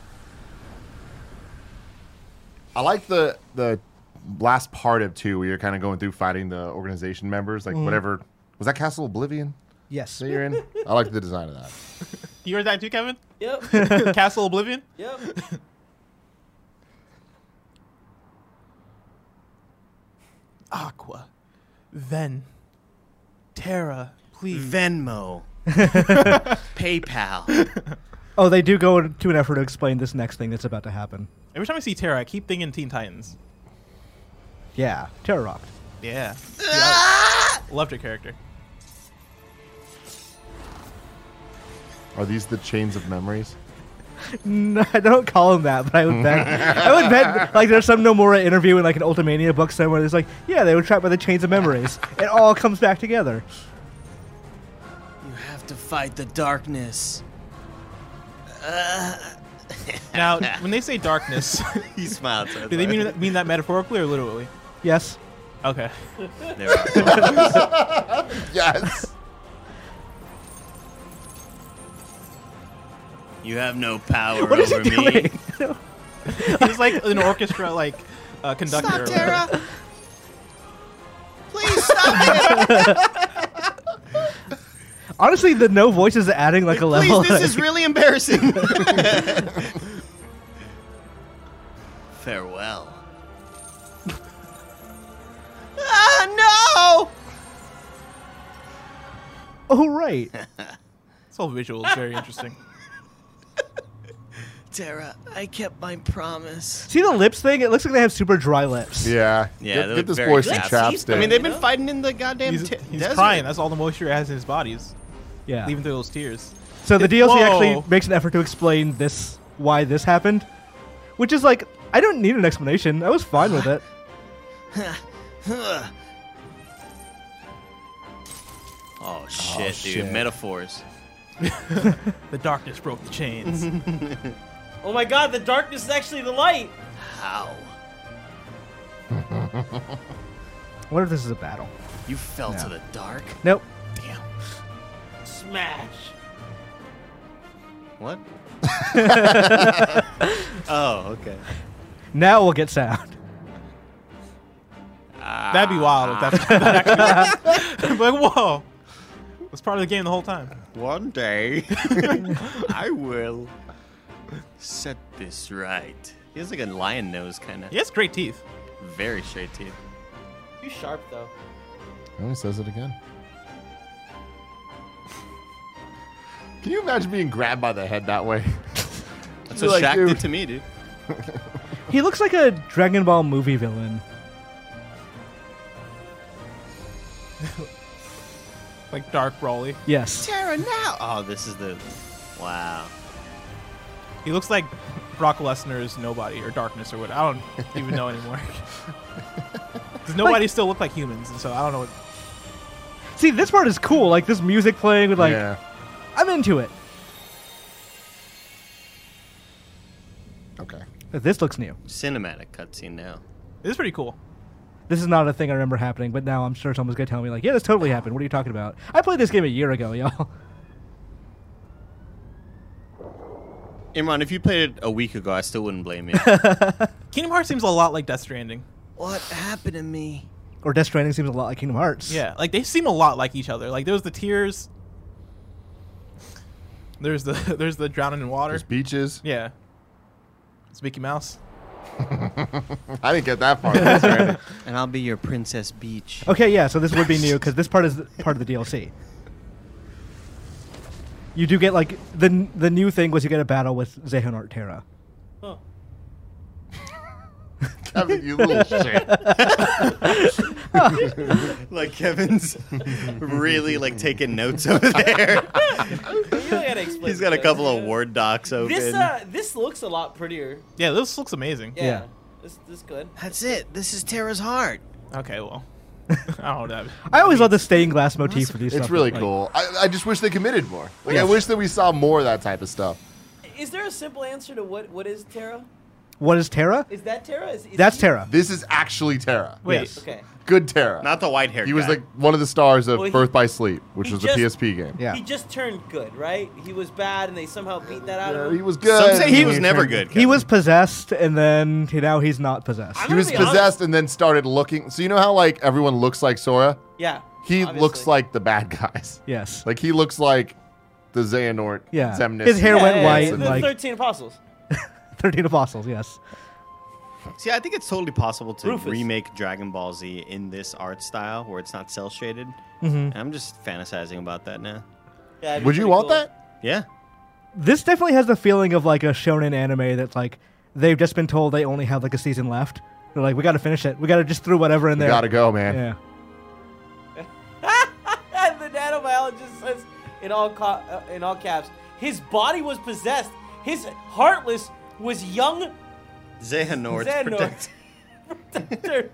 I like the the last part of two where you're kind of going through fighting the organization members, like whatever was that Castle Oblivion
Yes.
that you're in. I like the design of that.
you heard that too, [laughs] Kevin?
[laughs]
Yep.
Castle Oblivion.
yep.
Aqua, then Terra, please.
Venmo.
PayPal.
Oh, they do go to an effort to explain this next thing that's about to happen.
Every time I see Terra, I keep thinking Teen Titans.
Yeah, Terror Rocked.
Yeah.
Ah!
Loved her character.
Are these the chains of memories?
No, [laughs] I don't call him that, but I would bet. I would bet like there's some Nomura interview in like an Ultimania book somewhere. That's like, yeah, they were trapped by the chains of memories. It all comes back together.
You have to fight the darkness.
[laughs]
Now, when they say darkness,
he smiled. So
do they mean that, mean that metaphorically or literally?
Yes. [laughs]
[laughs]
Okay.
There are.
Yes.
You have no power
What is
over
he
me.
doing?
He's like an orchestra, like uh, conductor. or whatever.
Please stop
Honestly, the no voice is adding like a level.
Please, this is really embarrassing.
Farewell.
ah,
[laughs] oh right.
This whole visual is very interesting.
Tara, I kept my promise.
See the lips thing? It looks like they have super dry lips.
[laughs] Yeah.
Yeah,
Get,
they
get
look
this
very
boy some
sappy.
chapstick.
no! I mean, they've been
Yeah.
fighting in the goddamn
He's,
t-
he's
desert.
crying. That's all the moisture he has in his bodies,
Yeah.
leaving through those tears.
So the DLC
Whoa.
actually makes an effort to explain this why this happened, which is like I don't need an explanation. I was fine with it.
Oh shit, dude!
shit.
Metaphors.
The darkness broke the
[laughs]
chains.
Oh my god, the darkness is actually the light.
How?
What if this is a battle?
You fell to the dark?
Nope.
Damn.
Smash.
[laughs]
What? oh, okay.
Now we'll get sound. [laughs]
That'd be wild if that's that
Ah.
actually [laughs] like whoa. It's part of the game the whole time.
One day, [laughs] I will set this right. He has like a lion nose, kind of.
He has great teeth.
Very straight teeth.
You sharp though.
Oh, he says it again. Can you imagine being grabbed by the head that way?
That's
You're
what
like,
Shaq
dude.
did to me, dude.
He looks like a Dragon Ball movie villain.
Like dark Broly.
Yes.
Tara, now. Oh, this is the. Wow.
He looks like Brock Lesnar's Nobody or Darkness or what. I don't even know anymore. Because Nobody still look like humans, and so I don't know. What,
See, this part is cool. Like this music playing with like
yeah.
I'm into it.
Okay.
But This looks new.
Cinematic cutscene now.
it's pretty cool.
This is not a thing I remember happening, but now I'm sure someone's gonna tell me like, yeah, this totally happened. What are you talking about? I played this game a year ago, y'all. [laughs]
Imran, if you played it a week ago, I still
[laughs]
wouldn't blame you.
Kingdom Hearts seems a lot like Death Stranding.
What happened to me?
Or Death Stranding seems a lot like Kingdom Hearts.
Yeah, like they seem a lot like each other. Like there was the tears. There's the [laughs] there's the drowning in water.
There's beaches.
Yeah. It's Mickey Mouse.
I didn't get that far. [laughs] That's right.
and I'll be your Princess Beach.
Okay, yeah. So this would be new because this part is th- part of the DLC. You do get like the n- the new thing was you get a battle with Zehanort Terra.
Huh.
Kevin, you little shit.
Like Kevin's really like taking notes over there. [laughs]
You really gotta explain.
He's got a
that.
couple of
Yeah.
word docs open.
This uh, this looks a lot prettier.
Yeah, this looks amazing.
Yeah.
Yeah.
This this is good.
That's it. This is Tara's heart.
Okay,
[laughs]
well. [laughs] I don't know.
I always love the stained glass motif for these.
It's
stuff,
really
like-
cool. I, I just wish they committed more. Like I
Yes.
wish that we saw more of that type of stuff.
Is there a simple answer to what what is Terra?
What is Terra?
Is that Terra? Is, is
That's
he-
Terra.
This is actually Terra.
Wait.
Yes.
Okay.
Good Terra.
Not the white hair.
he was
guy.
like one of the stars of
Well, he-
Birth by Sleep, which
he
was
just-
the PSP game.
Yeah.
He just turned good, right? He was bad, and they somehow beat that out
Yeah,
of
he
him.
was good.
Some say he was never good.
He was possessed, and then he- now he's not possessed.
I'm
He was
I'm gonna be
possessed
honest.
and then started looking. So you know how like everyone looks like Sora?
Yeah.
He
obviously.
looks like the bad guys. [laughs]
yes.
Like he looks like the Xehanort.
Yeah.
Xemnas.
His hair
Yeah,
went
yeah,
white
yeah,
and
the
like
thirteen apostles.
[laughs] thirteen apostles. Yes.
See, I think it's totally possible to
Rufus.
remake Dragon Ball Z in this art style where it's not cel shaded. And I'm just fantasizing about that now.
Yeah, it'd be
Would you
pretty
want
cool.
that?
Yeah.
This definitely has the feeling of like a shonen anime that's like they've just been told they only have like a season left. They're like, we got to finish it. We got to just throw whatever in
You
there.
gotta go, man.
Yeah.
[laughs] the nanobiologist says in all co- uh, in all caps, his body was possessed. His heartless
[laughs]
was young
Xehanort's
Xehanort.
protect-
protector.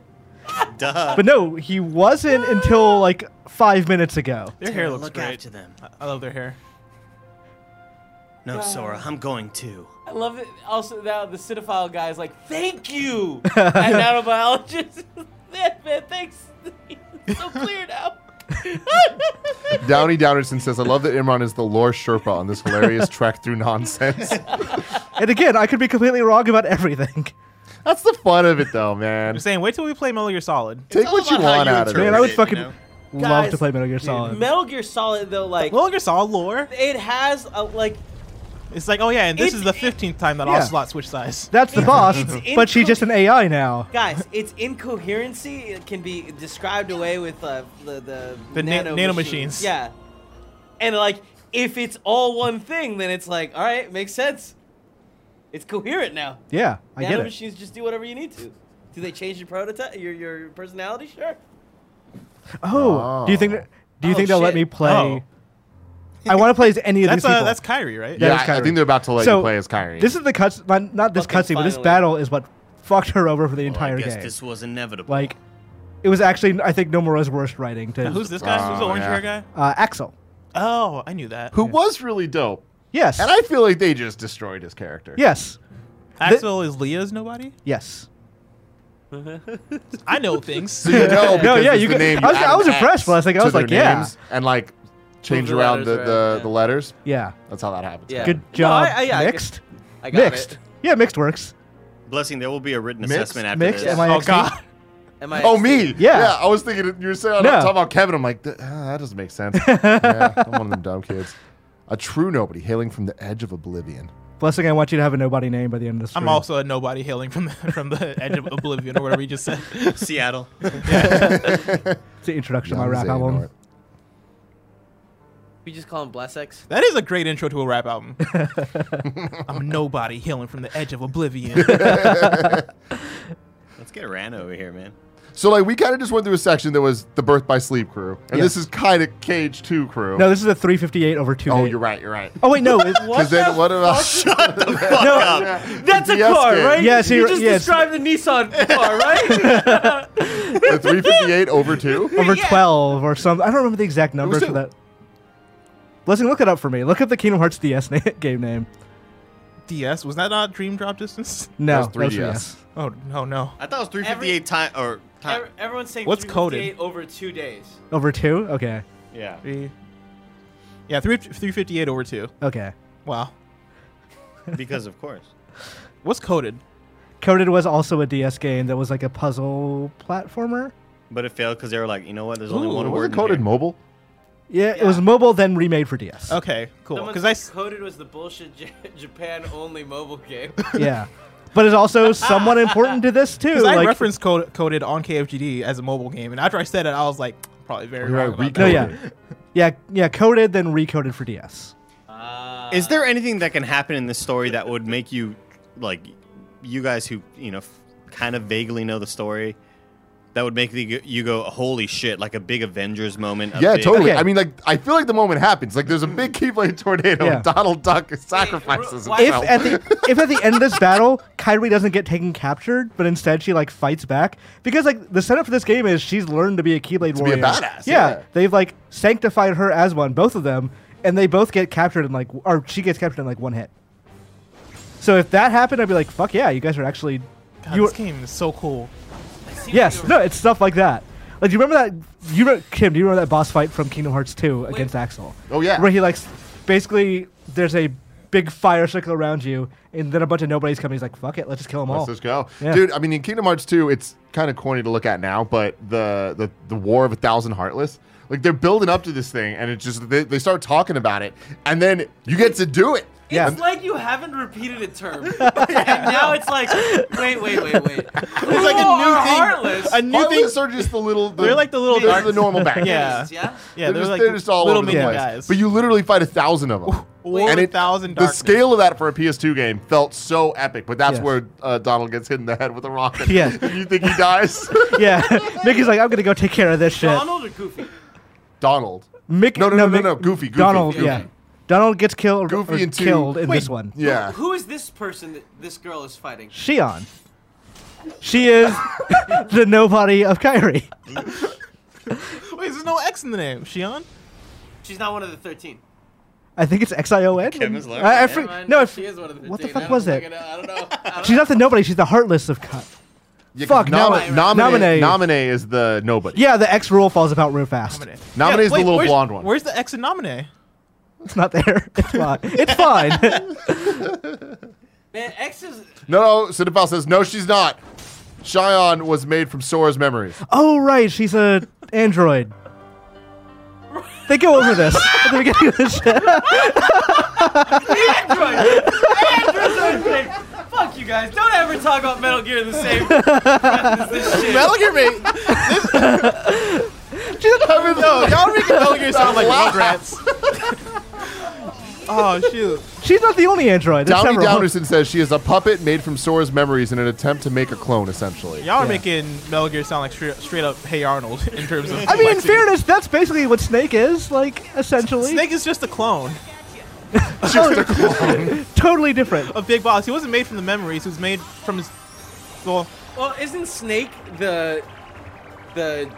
Duh.
But no, he wasn't until like five minutes ago.
Their hair
Tara,
looks
look
great.
after them.
I love their hair.
No, Sora, I'm going too.
I love it. Also, now the cinephile guy is like,
[laughs]
"Thank you," and nanobiologist. man, man, thanks. It's so clear
[laughs]
now.
[laughs] Downey Downerson says, I love that Imran is the lore Sherpa on this
[laughs]
hilarious trek through nonsense. [laughs]
And again, I could be completely wrong about everything.
That's the fun of it, though, man.
I'm saying, wait till we play Metal Gear Solid.
Take what you want out of it.
Man, I would
you
fucking
know?
love
Guys,
to play Metal Gear Solid.
Metal Gear Solid, though, like
Metal Gear Solid lore.
it has a like
It's like, oh yeah, and this
It's-
is the 15th time that
Yeah.
Ocelot switched size.
That's the boss,
it's
but she's just an AI now.
Guys, its incoherency it can be described away with uh, the the,
The na- nanomachines.
Yeah, and like if it's all one thing, then it's like all right, makes sense. It's coherent now.
Yeah, I get it.
Nanomachines just do whatever you need to. Do they change your prototype, your your personality? Sure.
Oh, do you think? that- Do you
Oh,
think they'll let
shit.
me play?
Oh.
I want to play as any of
That's
these
uh,
people.
that's Kyrie, right?
Yeah,
Yeah,
it's
I- I
Kyrie.
think they're about to let
So,
you play as Kyrie.
This is the cuts, not, not this
Fucking
cutscene, but this
finally.
battle is what fucked her over for the entire
I guess
game.
this was inevitable.
Like, it was actually, I think, Nomura's worst writing. To,
Now, who's this guy? who's the
Oh,
orange
yeah.
hair guy?
Uh, Axel.
Oh, I knew that.
Who was really dope.
Yes.
And I feel like they just destroyed his character.
yes.
Axel is Leah's nobody.
Yes.
I know things.
So
[laughs]
you know,
No,
because
yeah,
it's
you
the
could-
name
I was-
added
I was
X
impressed, last thing. I
to
was
their
like, yeah.
names and like change
the
around
letters
the,
around,
the,
yeah.
the letters.
Yeah.
That's how that happens.
Yeah.
Good
No, I-
job.
I- yeah, I
mixed.
I got
mixed.
it.
Yeah, mixed works.
Blessing, there will be a written
Mixed?
assessment after
Mixed.
this.
Am I
[laughs] oh God.
Am I
Oh, me?
Yeah.
Yeah, I was thinking you were saying,
No.
I'm talking about Kevin. I'm like, "Th- ah, that doesn't make
[laughs]
sense. yeah, I'm one of them dumb kids. A true nobody hailing from the edge of oblivion.
Blessing, I want you to have a nobody name by the end of the stream.
I'm also a nobody hailing from the, [laughs] from the edge of oblivion or whatever you just said.
[laughs] Seattle.
It's the introduction to my
Young
rap album.
Xehanort.
We just call him Blessex.
That is a great intro to a rap album. I'm a nobody hailing from the edge of oblivion.
Let's get Ran over here, man.
So like we kind of just went through a section that was the Birth by Sleep crew, and
Yeah.
this is kind of Cage Two crew.
No, this is a 358 over 2.
oh, you're right. You're right.
Oh, wait, no. It's,
Because then what about? [laughs] Shut
no,
That's a
DS
car,
game.
right?
Yes,
you
you're-
just
yes.
described the Nissan car, right?
The 358 over
[laughs]
two. [laughs]
over 12 or something. I don't remember the exact numbers
was
for
it-
that. Blessing, look it up for me. Look up the Kingdom Hearts DS [laughs] na- game name.
DS was that not Dream Drop Distance? [laughs]
No,
That's
that was for
3DS.
DS.
Oh no no.
I thought it was 358 time or time.
Ev- Everyone's saying
What's
358 over two days.
Over two? Okay.
yeah.
Three. Yeah, three three fifty eight over two.
Okay.
Wow.
[laughs] Because of course.
What's coded?
Coded was also a DS game that was like a puzzle platformer.
But it failed because they were like, you know what? There's only
Ooh,
one
Was
word.
it coded
in here.
mobile?
Yeah, it
Yeah.
was mobile, then remade for DS.
Oh.
Okay, cool.
Someone
Because I s-
coded was the bullshit J- Japan only mobile game.
Yeah. But
[laughs]
it's also somewhat important to this, too. [laughs]
'cause I
like-
reference code, coded on KFGD as a mobile game, and after I said it, I was like, probably very
You're
wrong
right, we
about that.
No,
coded.
yeah. Yeah, yeah, coded, then recoded for DS.
Uh,
Is there anything that can happen in this story that would make you, like, you guys who you know, f- kind of vaguely know the story, that would make the, you go, holy shit, like a big Avengers moment. a
Yeah,
big-
totally.
Okay.
I mean, like, I feel like the moment happens. Like, there's a big Keyblade tornado,
Yeah.
and Donald Duck sacrifices
wh- why-
if
himself.
at the if at the end of this battle Kyrie doesn't get taken captured, but instead she like fights back because like the setup for this game is she's learned to be a Keyblade
be a
warrior.
badass,
Yeah,
yeah.
they've like sanctified her as one, both of them, and they both get captured in like w- or she gets captured in like one hit. So if that happened, I'd be like, fuck yeah, you guys are actually.
God,
you
this
are-
game is so cool.
yes, no, it's stuff like that. Like, do you remember that? You remember, Kim? Do you remember that boss fight from Kingdom Hearts Two against Axel?
Oh, yeah.
where he like s- basically there's a big fire circle around you, and then a bunch of nobodies come. He's like, "Fuck it, let's just kill them all."
Let's just go,
Yeah.
dude. I mean, in Kingdom Hearts 2, it's kind of corny to look at now, but the the the War of a Thousand Heartless, like they're building up to this thing, and it's just they, they start talking about it, and then you get to do it.
Yeah.
It's like you haven't repeated a term, and now it's like, wait, wait, wait, wait. It's
like a new thing.
Heartless.
A new thing.
Heartless are just the little. The,
They're like the little
they're
dark-
the
[laughs]
normal back.
Yeah.
yeah.
Yeah,
they're,
they're
just,
like
they're just all
little
over the
minion
place.
guys.
But you literally fight a thousand of them.
Over
and
a
it,
thousand
the
darkness.
scale of that for a PS2 game felt so epic, but that's
Yes.
where uh, Donald gets hit in the head with a rocket.
[laughs] Yeah.
and [laughs] you think he
[laughs]
dies?
[laughs]
yeah. Mickey's like, I'm gonna go take care of this shit.
Donald or Goofy?
[laughs]
Donald.
Mickey,
No, no, no, no,
Mick-
no, Goofy, Goofy,
Donald,
Goofy.
yeah. Donald gets killed.
Goofy
or
and two-
killed in
Wait.
this one.
Yeah.
Who is this person that this girl is fighting?
Shion. She
[laughs]
is the nobody of Kyrie.
Wait, there's no X in the name. Shion?
She's not one of the thirteen.
I think it's X I O N.
Kevin's learning,
I, I
yeah.
fre-
Never mind,
no, I fre-
she is one of the
what the
13.
fuck
I'm
was
looking
it?
at- I don't know. I don't
She's
know.
not the nobody. She's the heartless of Ky-
Yeah, 'cause
Fuck,
nom-
nominate.
nominate.
Nominate.
Nominate is the nobody.
Yeah, the X rule falls about real fast.
Nominee.
Nominee is the
wait,
little
where's-
blonde one.
Where's the X in Nominee?
It's not there. [laughs] It's fine. It's fine.
Man, X is.
No, no, Cinefal says, no, she's not. Shion was made from Sora's
[laughs]
memories.
oh right, she's a android. They go over this at the beginning of this [laughs] shit.
Android! Android's own thing! Fuck you guys. Don't ever talk about Metal Gear
[laughs]
the same breath as this shit.
Metal Gear [laughs] made.
No, y'all making Metal Gear sound like Rugrats. oh, [laughs] shoot.
She's not the only android. There's
Downey
several.
Downerson says she is a puppet made from Sora's memories in an attempt to make a clone, essentially.
Y'all are
Yeah.
making Metal Gear sound like straight, straight up Hey Arnold [laughs] in terms of.
I mean, in
complexity.
fairness, that's basically what Snake is, like, essentially. Oh,
Snake is just a clone
[laughs] totally different.
of Big Boss. He wasn't made from the memories. He was made from his. Well,
Well, isn't Snake the the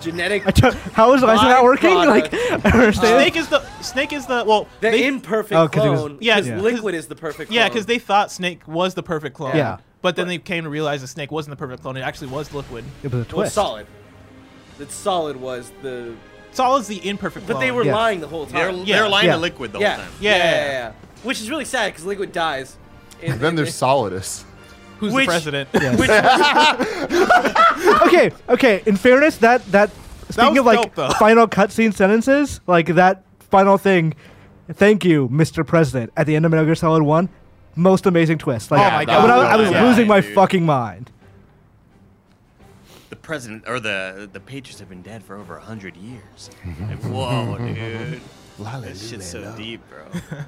genetic
I don't, how is why is it not working? Like, I don't understand.
Snake is the Snake is the well.
the
they,
imperfect
Oh, 'cause it was-
clone?
Yeah,
'cause
yeah.
Liquid is the perfect. Clone.
yeah, because they thought Snake was the perfect clone.
Yeah.
But then they came to realize that Snake wasn't the perfect clone. It actually was Liquid.
it was a
well,
twist.
solid. That solid was the,
Solid's the imperfect
but
clone.
they were
Yeah.
lying the whole
They're,
time.
they're lying
Yeah.
to Liquid the
yeah.
whole time.
Yeah,
yeah,
yeah,
yeah, yeah. which is really sad because Liquid dies. in-
Then
in-
[laughs]
there's Solidus.
Who's
which-
the president?
Yeah. okay, okay. In fairness, that that speaking
was
of like
dope, though. [laughs]
final cutscene sentences, like that final thing. Thank you, Mr. President. At the end of Metal Gear Solid One, most amazing twist. Like,
Oh my God.
when I, I was
Yeah,
losing my
dude.
fucking mind.
The president or the the Patriots have been dead for over hundred years. Like, whoa, dude. That shit's so deep, bro.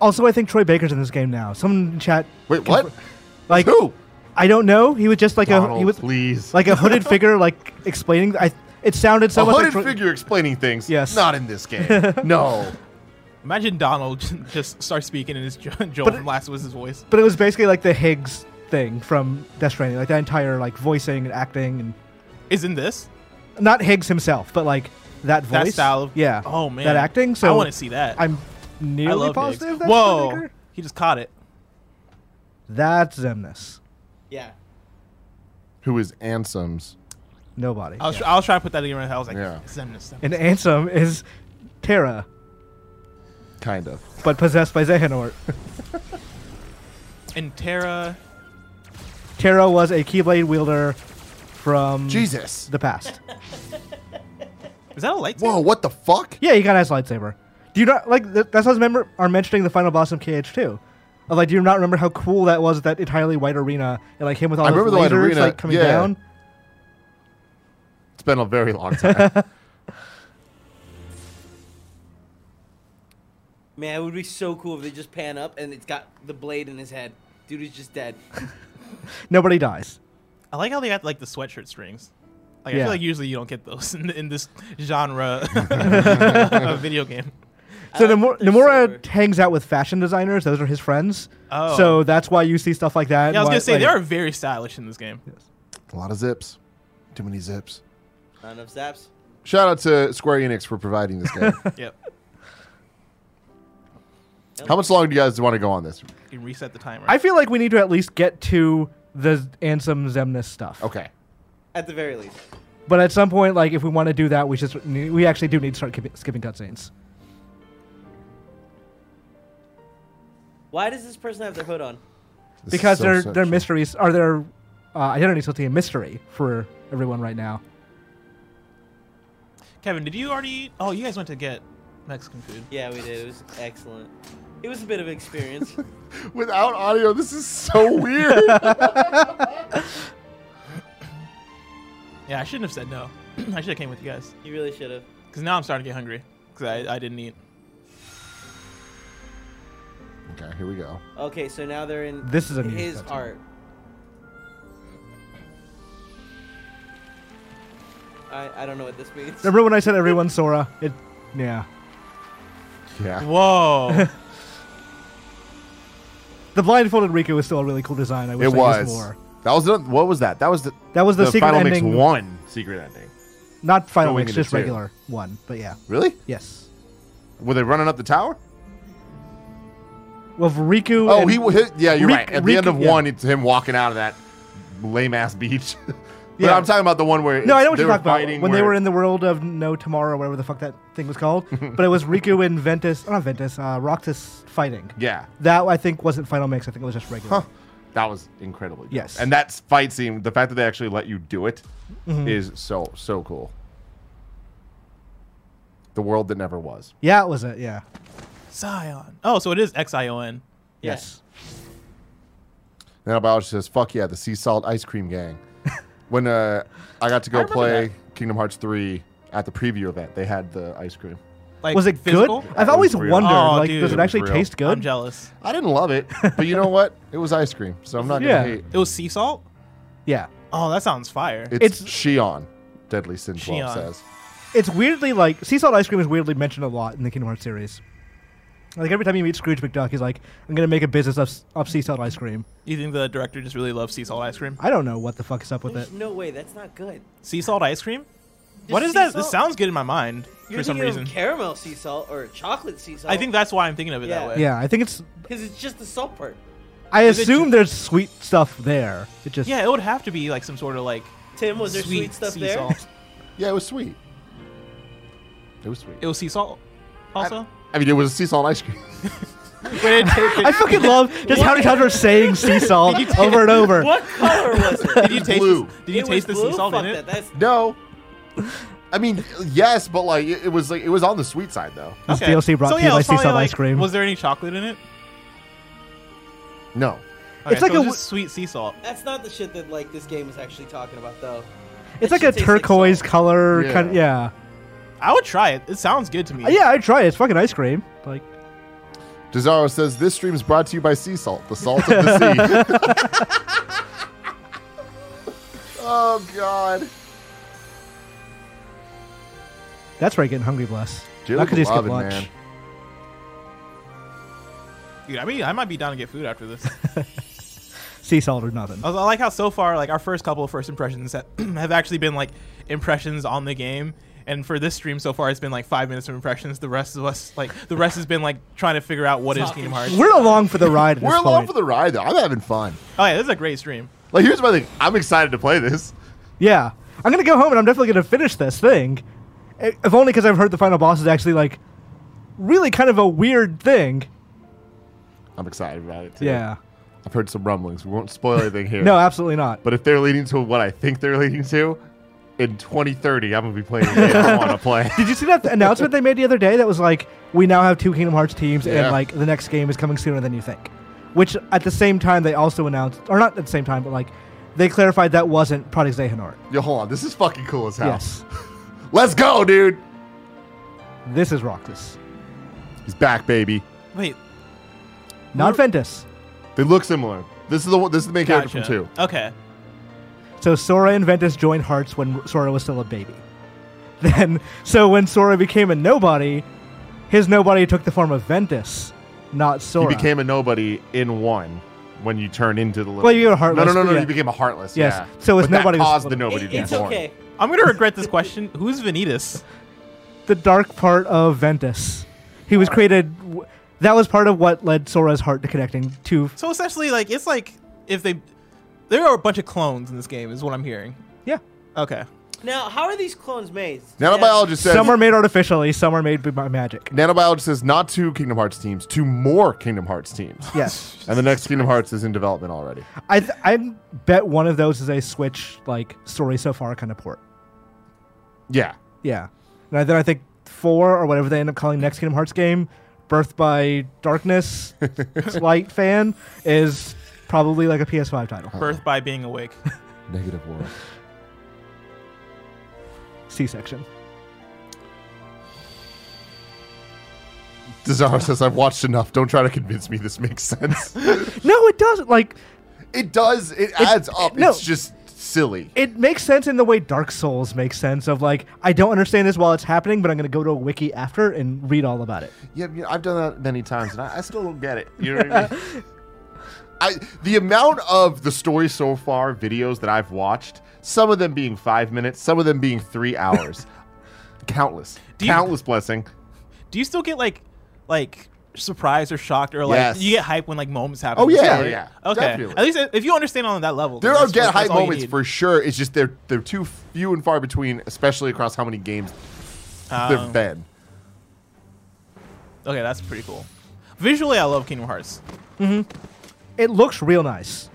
Also, I think Troy Baker's in this game now. Someone in chat,
Wait, what?
like,
Who?
I don't know. He was just like a he
Donald,
was
please.
like a
[laughs]
hooded figure, like explaining. I it sounded so
a
much
hooded
like Troy-
figure explaining things.
Yes.
Not in this game.
[laughs]
no.
[laughs] Imagine Donald [laughs] just starts speaking in his Jo- [laughs] Joel
it-
from Last was his voice.
But it was basically like the Higgs thing from Death Stranding, like that entire like voicing and acting and
Is in this
not Higgs himself, but like that voice.
that style? Of,
yeah.
Oh man,
that acting. So
I want to see that.
I'm
I
nearly
love
positive.
Higgs.
That's
Whoa,
Whitaker.
he just caught it.
That's Zemnis.
yeah.
Who is Ansem's?
Nobody.
I was,
Yeah.
I was trying to put that together. I was like,
Yeah.
Zemnis.
and Ansem is Terra,
Kind of.
but possessed by Xehanort.
And Terra.
[laughs] Terra was a Keyblade wielder from
Jesus.
the past.
Is that a lightsaber?
Whoa, what the fuck?
Yeah, he got his lightsaber. Do you not like? Th- that's what I remember. Are mentioning the final boss of KH2. I'm like, do you not remember how cool that was? That entirely white arena and like him with all
I
those
remember the white
lasers
arena,
like coming
yeah.
down.
It's been a very long time.
Man, it would be so cool if they just pan up and it's got the blade in his head. Dude is just dead.
Nobody dies.
I like how they got like the sweatshirt strings. Like I
Yeah.
feel like usually you don't get those [laughs] in, in this
[laughs]
genre [laughs] of video game.
So
I
Uh,
like
Nomura,
that they're
Nomura
sober.
hangs out with fashion designers. Those are his friends.
Oh.
So that's why you see stuff like that.
Yeah, I was
why-
gonna say
like-
they are very stylish in this game.
a lot of zips. Too many zips.
Not enough zaps.
Shout out to Square Enix for providing this
[laughs]
game.
Yep.
How much longer do you guys want to go on this?
You can reset the timer.
I feel like we need to at least get to the Ansem Zemnis stuff.
Okay.
At the very least.
But at some point, like if we want to do that, we just ne- we actually do need to start kipi- skipping cutscenes.
Why does this person have their hood on?
This is
because
so
their their
sexual.
mysteries are their uh, identity supposed to be a mystery for everyone right now.
Kevin, did you already? Eat? Oh, you guys went to get Mexican food.
Yeah, we did. It was excellent. It was a bit of experience.
Without audio, this is so
[laughs]
weird.
Yeah, I shouldn't have said no. [clears throat] I should have came with you guys.
you really should have.
Cause now I'm starting to get hungry. Cause I, I didn't eat.
okay, here we go.
Okay, so now they're in
This is a music
his
festival.
art. I, I don't know what this means.
Remember when I said everyone Sora? It, yeah.
Yeah.
[laughs]
Whoa.
The blindfolded Riku was still a really cool design. I wish
It
I
was.
used more.
That was the, what was that? That was the
That was the, secret
final
ending,
mix one secret ending.
not final
going
mix,
into
just
two.
regular one. But yeah,
Really?
yes.
Were they running up the tower?
Well, Riku.
Oh,
and-
he. His, yeah, you're
Rick-
right. At
Rick-
the end of
yeah.
one, it's him walking out of that lame ass beach. [laughs] but
Yeah.
I'm talking about the one where
No, I
it's-
know what
they
you're
were
talking about.
fighting
When they
where-
were in the world of No Tomorrow, whatever the fuck that thing
[laughs]
was called, but it was Riku and Ventus, not Ventus, uh, Roctus fighting.
Yeah.
That I think wasn't final mix. I think it was just regular.
Huh. That was incredibly dope.
Yes.
And that fight scene, the fact that they actually let you do it, is so so cool. The world that never was.
Yeah, it was it. Yeah.
Zion. Oh, so it is X I O N.
Yeah.
Nanobiologist says, "Fuck yeah, the sea salt ice cream gang." when uh, I got to go
remember
play Kingdom Hearts three at the preview event, they had the ice cream.
Like
was it
physical?
good? I've always
It was real.
wondered,
Oh,
like,
dude.
does it actually
It was real.
taste good?
I'm jealous.
I didn't love it, but you know what? It was ice cream, so I'm not
Yeah.
gonna hate.
It was sea salt.
yeah.
Oh, that sounds fire.
It's,
It's-
Shion, Deadly Sin Twelve
Shion.
says.
It's weirdly like sea salt ice cream is weirdly mentioned a lot in the Kingdom Hearts series. Like every time you meet Scrooge McDuck, he's like, "I'm gonna make a business of, of sea salt ice cream."
you think the director just really loves sea salt ice cream?
I don't know what the fuck is up with it.
There's no way. That's not good.
Sea salt ice cream? what is
sea
that? This
salt?
sounds good in my mind
You're
for some
thinking
reason.
of caramel sea salt or chocolate sea salt.
I think that's why I'm thinking of it
Yeah.
that way.
Yeah, I think it's.
because it's just the salt part.
I
Is it
assume
ju-
there's sweet stuff there. It just
Yeah, it would have to be like some sort of like
Tim, was there sweet, stuff
sea
there?
Salt.
Yeah, it was sweet. It was sweet.
It was sea salt. Also,
I mean, it was sea salt ice cream.
Wait, did,
I fucking love just how many times we're saying
[laughs]
sea salt over and over.
[laughs] What color was it?
did you taste?
blue.
Did [laughs] you
It was
taste the sea
blue?
salt
Fuck
in it?
That. That's
No. I mean, yes, but like it, it was like it was on the sweet side though.
This DLC brought
so,
to you
yeah, it
by
was
sea
probably,
salt
like,
ice cream.
Was there any chocolate in it?
No.
Okay,
like
so it was
a-
just sweet sea salt.
That's not the shit that like this game is actually talking about though.
it's
That
like a
shit tastes like
turquoise
salt.
color.
Yeah.
Kind of, yeah,
I would try it. It sounds good to me.
yeah. I try it. It's fucking ice cream. Like
Desaro says this stream is brought to you by sea salt, the salt of the sea. [laughs] oh God.
that's where I get hungry. Bless.
Dude,
Not 'cause you skip
love it,
lunch.
man.
Dude, I mean, I might be down to get food after this.
Sea salt or nothing.
I was- I like how so far, like our first couple of first impressions ha- [clears throat] have actually been like impressions on the game. And for this stream so far, it's been like five minutes of impressions. The rest of us, like the rest, has been like trying to figure out what is
Talking
Kingdom Hearts.
We're along for the ride.
[laughs]
At
We're
this
along
point.
for the ride though. I'm having fun.
Oh yeah, this is a great stream.
Like here's my thing. I'm excited to play this.
Yeah, I'm gonna go home and I'm definitely gonna finish this thing, I- if only because I've heard the final boss is actually like really kind of a weird thing.
I'm excited about it too.
Yeah.
I've heard some rumblings. We won't spoil anything here.
[laughs] No, absolutely not.
But if they're leading to what I think they're leading to, in 2030, I'm gonna be playing the game I want to
[laughs]
play.
Did you see that announcement they made the other day? That was like, we now have two Kingdom Hearts teams,
Yeah.
and like the next game is coming sooner than you think. Which at the same time they also announced, or not at the same time, but like they clarified that wasn't Project Zehanort.
Yo, hold on. This is fucking cool as hell.
Yes,
Let's go, dude.
this is Roctus,
He's back, baby.
Wait,
not Ventus.
They look similar. This is the one, this is the main character
gotcha.
from two.
Okay,
So Sora and Ventus joined hearts when Sora was still a baby. [laughs] Then, so when Sora became a nobody, his nobody took the form of Ventus, not Sora.
He became a nobody in one when you turn into the. Little,
Well, you were heartless,
No, no, no,
but
no.
yeah.
You became a heartless.
Yes.
Yeah.
So it's
But
nobody's
That caused the
little-
nobody
It-
to be
it's
born.
okay.
I'm gonna regret this question. [laughs] Who's Vanitas?
the dark part of Ventus. He was created. W- that was part of what led Sora's heart to connecting to.
So essentially, like it's like if they, there are a bunch of clones in this game, is what I'm hearing.
Yeah.
Okay.
Now, how are these clones made?
Nanobiologist says.
Some are made artificially. Some are made by magic.
Nanobiologist says not two Kingdom Hearts teams, two more Kingdom Hearts
[laughs]
teams,
Yes,
and the next Kingdom Hearts is in development already.
I th- I bet one of those is a Switch like story so far kind of port.
Yeah.
Yeah, And then I think four or whatever they end up calling next Kingdom Hearts game, Birth by Darkness, Light Fan, is probably like a PS5 title.
Birth by being awake.
Negative one.
C section.
Desire says, I've watched enough. Don't try to convince me this makes
[laughs]
sense.
No, it doesn't. Like,
it does. It adds up.
no.
It's just silly.
it makes sense in the way Dark Souls makes sense of like, I don't understand this while it's happening, but I'm going to go to a wiki after and read all about it.
Yeah, yeah, I've done that many times, and I, I still don't get it. You know what I
[laughs]
mean? I, the amount of the story so far videos that I've watched, some of them being five minutes, some of them being three
[laughs]
hours, countless,
Do you-
countless blessing.
Do you still get like, like surprised or shocked or like
Yes.
you get hype when like moments happen?
Oh,
in the
yeah,
story?
yeah,
Okay.
definitely.
At least if you understand on that level,
There
then
are
that's-
get
that's
hype
all you
moments
need.
for sure. It's just they're they're too few and far between, especially across how many games
Um,
they've been.
Okay, that's pretty cool. Visually, I love Kingdom Hearts.
it looks real nice.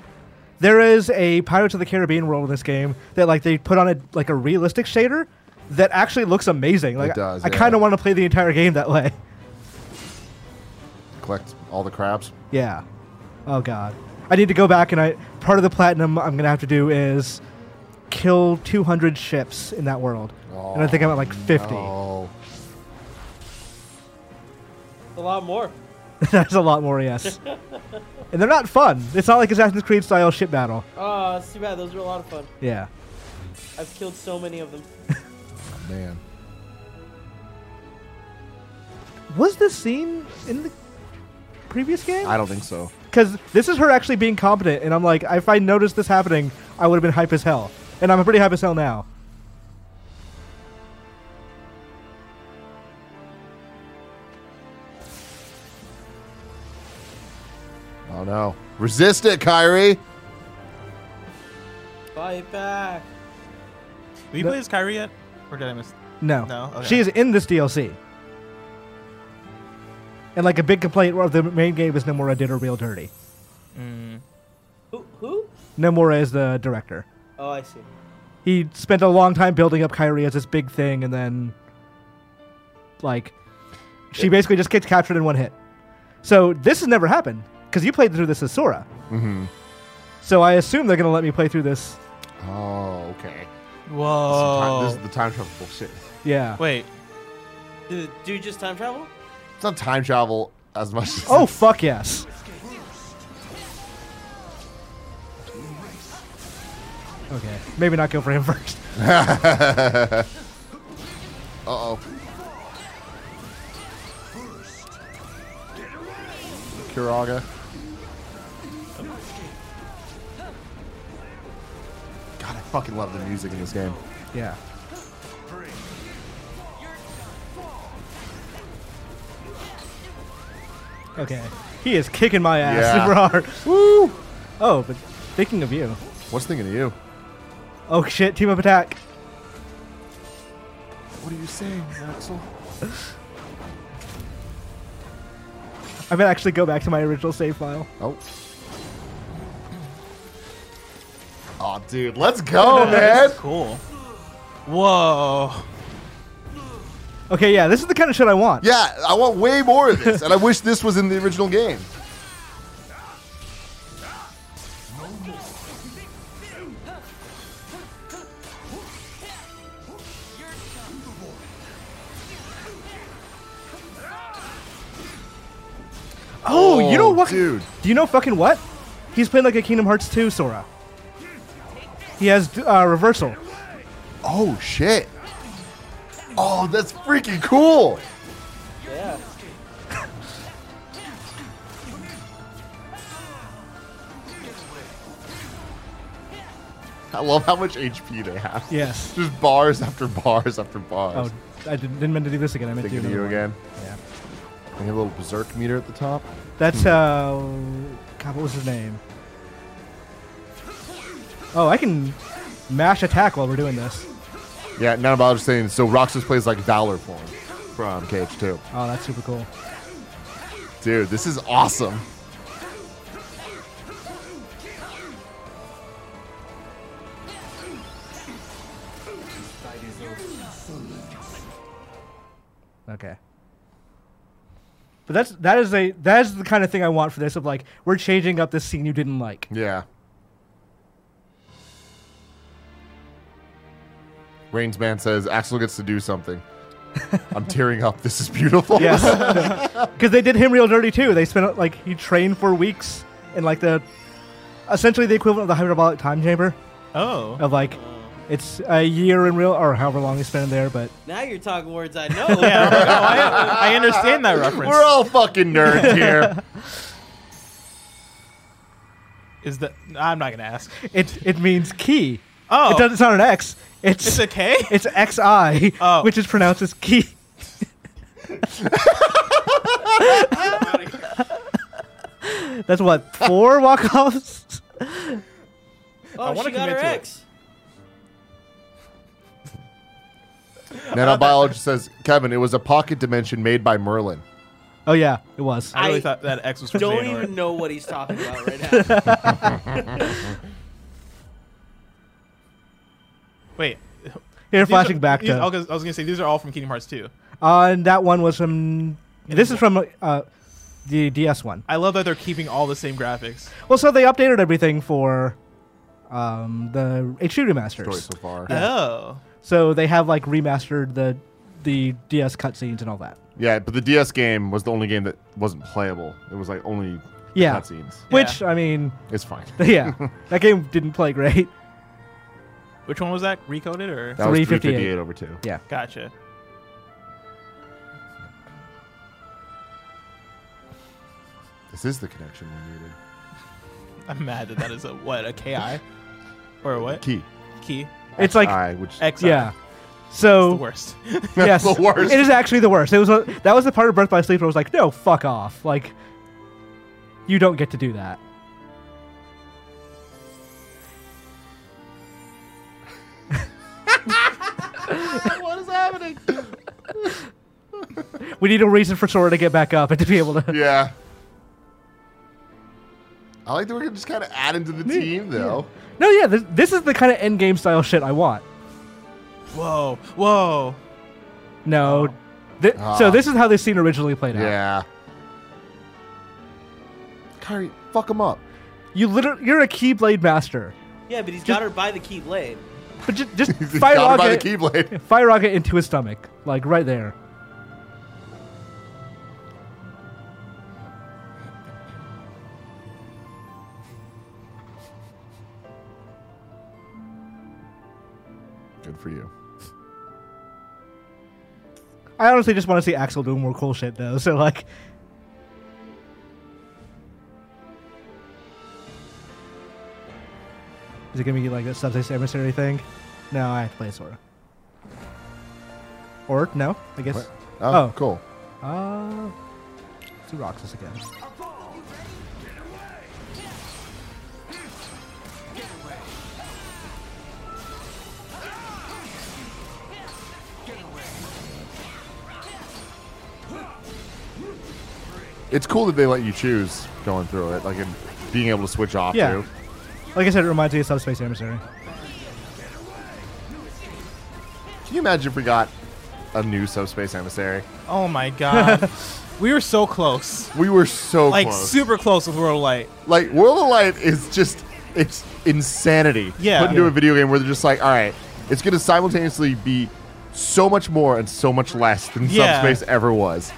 There is a Pirates of the Caribbean world in this game that like they put on a like a realistic shader that actually looks amazing. Like
does,
I
yeah.
kind of want to play the entire game that way. [laughs]
Collect all the crabs.
Yeah. Oh god. I need to go back and I part of the platinum I'm going to have to do is kill 200 ships in that world. and I think I'm at like 50.
Oh,
A lot more.
[laughs] That's a lot more, yes. and they're not fun. It's not like Assassin's Creed style ship battle.
Oh, it's too bad. Those were a lot of fun.
Yeah.
I've killed so many of them.
man.
Was this scene in the previous game?
I don't think so.
because this is her actually being competent, and I'm like, if I noticed this happening, I would have been hype as hell, and I'm pretty hype as hell now.
Oh no. Resist it, Kyrie.
Fight back.
Have you
No.
played as Kyrie yet? Or did I miss?
No,
No? Okay.
she is in this DLC, and like a big complaint of the main game is Nomura did her real dirty.
Who? Who?
Nomura is the director.
Oh, I see.
He spent a long time building up Kyrie as this big thing, and then like she basically just gets captured in one hit. So this has never happened because you played through this as Sora. Mm-hmm. So I assume they're gonna let me play through this.
Oh, okay.
Whoa.
This is the time travel bullshit.
Yeah.
Wait.
Did the dude just time travel?
It's not time travel as much. As
Oh fuck yes. Okay, maybe not go for him [laughs] first.
Uh-oh. Kiraga. God, I fucking love the music in this game.
Yeah. Okay, he is kicking my ass
Yeah.
[laughs] super hard. Woo! Oh, but thinking of you.
What's thinking of you?
Oh shit! Team up attack.
What are you saying, Axel?
I'm gonna actually go back to my original save file.
Oh. Oh, dude, let's go, man.
Cool. Whoa.
Okay, yeah, this is the kind of shit I want.
Yeah, I want way more of this, and I wish this was in the original game.
Oh, you know what?
dude?
Do you know fucking what? He's playing like a Kingdom Hearts 2 Sora. He has uh, reversal.
Oh shit! Oh, that's freaking cool.
Yeah.
I love how much HP they have.
Yes.
Just bars after bars after bars.
Oh, I didn't, didn't mean to do this again. I meant
Thinking
to
of
do
you
another
again.
one. Yeah.
We have a little berserk meter at the top.
That's uh, God, what was his name? Oh, I can mash attack while we're doing this.
Yeah, none about just saying. So Roxas plays like Valor form from KH2.
Oh, that's super cool.
Dude, this is awesome.
Okay. But that's that is a that is the kind of thing I want for this of like we're changing up this scene you
[laughs]
didn't like.
Yeah. Rains Man says Axel gets to do
[laughs]
something. I'm tearing up. This is beautiful.
Yes. Because they did him real dirty too. They spent like he trained for weeks in like the essentially the equivalent of the hyperbolic time chamber
Oh.
of like it's a year in real or however long they spent in there. But
Now you're talking words I know.
[laughs] Yeah, no, [laughs] I, I understand that reference.
[laughs] We're all fucking
[laughs]
nerds here.
Is that I'm not gonna ask.
it it means key.
Oh.
It doesn't sound an X. It's
It's a K.
It's XI,
Oh.
which is pronounced as key. That's what
[laughs]
four walk-offs.
[laughs] Oh,
I wanna
she got
commit
her
to it.
ex.
Nanobiologist says, Kevin, it was a pocket dimension made by Merlin.
Oh yeah, it was.
I really
I
thought that X was for
Don't
Xehanort.
even know what he's talking about
[laughs]
right now.
Wait.
Here,
These
flashing
are-
back
these- I
to.
was I was gonna say these are all from Kingdom Hearts 2.
Uh, and that one was from. This is from uh, the DS one.
I love that they're keeping all the same graphics.
Well, so they updated everything for um, the HD remasters.
Story so far.
Oh.
So they have like remastered the the DS cutscenes and all that.
Yeah, but the DS game was the only game that wasn't playable. It was like only
Yeah.
cutscenes.
Which I mean, [laughs]
It's fine.
yeah, that game didn't play great.
Which one was that? Recoded or?
That was
358.
358 over two.
Yeah.
Gotcha.
This is the connection we needed.
I'm mad that that is a what a KI or a what
Key.
key
It's like
I, which
X.
yeah.
the
So
worst. [laughs]
[laughs] yes,
the worst.
It is actually the worst. It was a, that was the part of Birth by Sleep where I was like, no, fuck off. Like, you don't get to do that.
[laughs] what is happening?
We need a reason for Sora to get back up and to be able to.
Yeah. I like that we're gonna just kind of add into the
[laughs]
team, though.
No, yeah, this, this is the kind of end game style shit I want.
Whoa, whoa.
No. Thi-
Ah.
So this is how this scene originally played out.
Yeah. Kyrie, fuck him [laughs] up.
You literally, you're a Keyblade master,
yeah, but he's got her by the key blade.
but just, just
[laughs] He's
fire
got him by the
rocket,
Keyblade.
fire rocket into his stomach, like right there.
Good for you.
I honestly just want to see Axel doing more cool shit though. So like, is it gonna be like that subspace emissary thing? No, I have to play Sora. Or no, I guess.
What? Oh,
Oh.
cool.
Uh, it's a Roxas again.
It's cool that they let you choose going through it, like and being able to switch off.
Yeah.
too.
Like I said, it reminds me of subspace emissary.
Can you imagine if we got a new subspace emissary?
Oh my god. we were so close.
We were so
Like
close.
super close with World of Light.
like World of Light is just it's insanity.
Yeah.
Put into
Yeah.
a video game where they're just like, all right, it's gonna simultaneously be so much more and so much less than
Yeah.
Subspace ever was.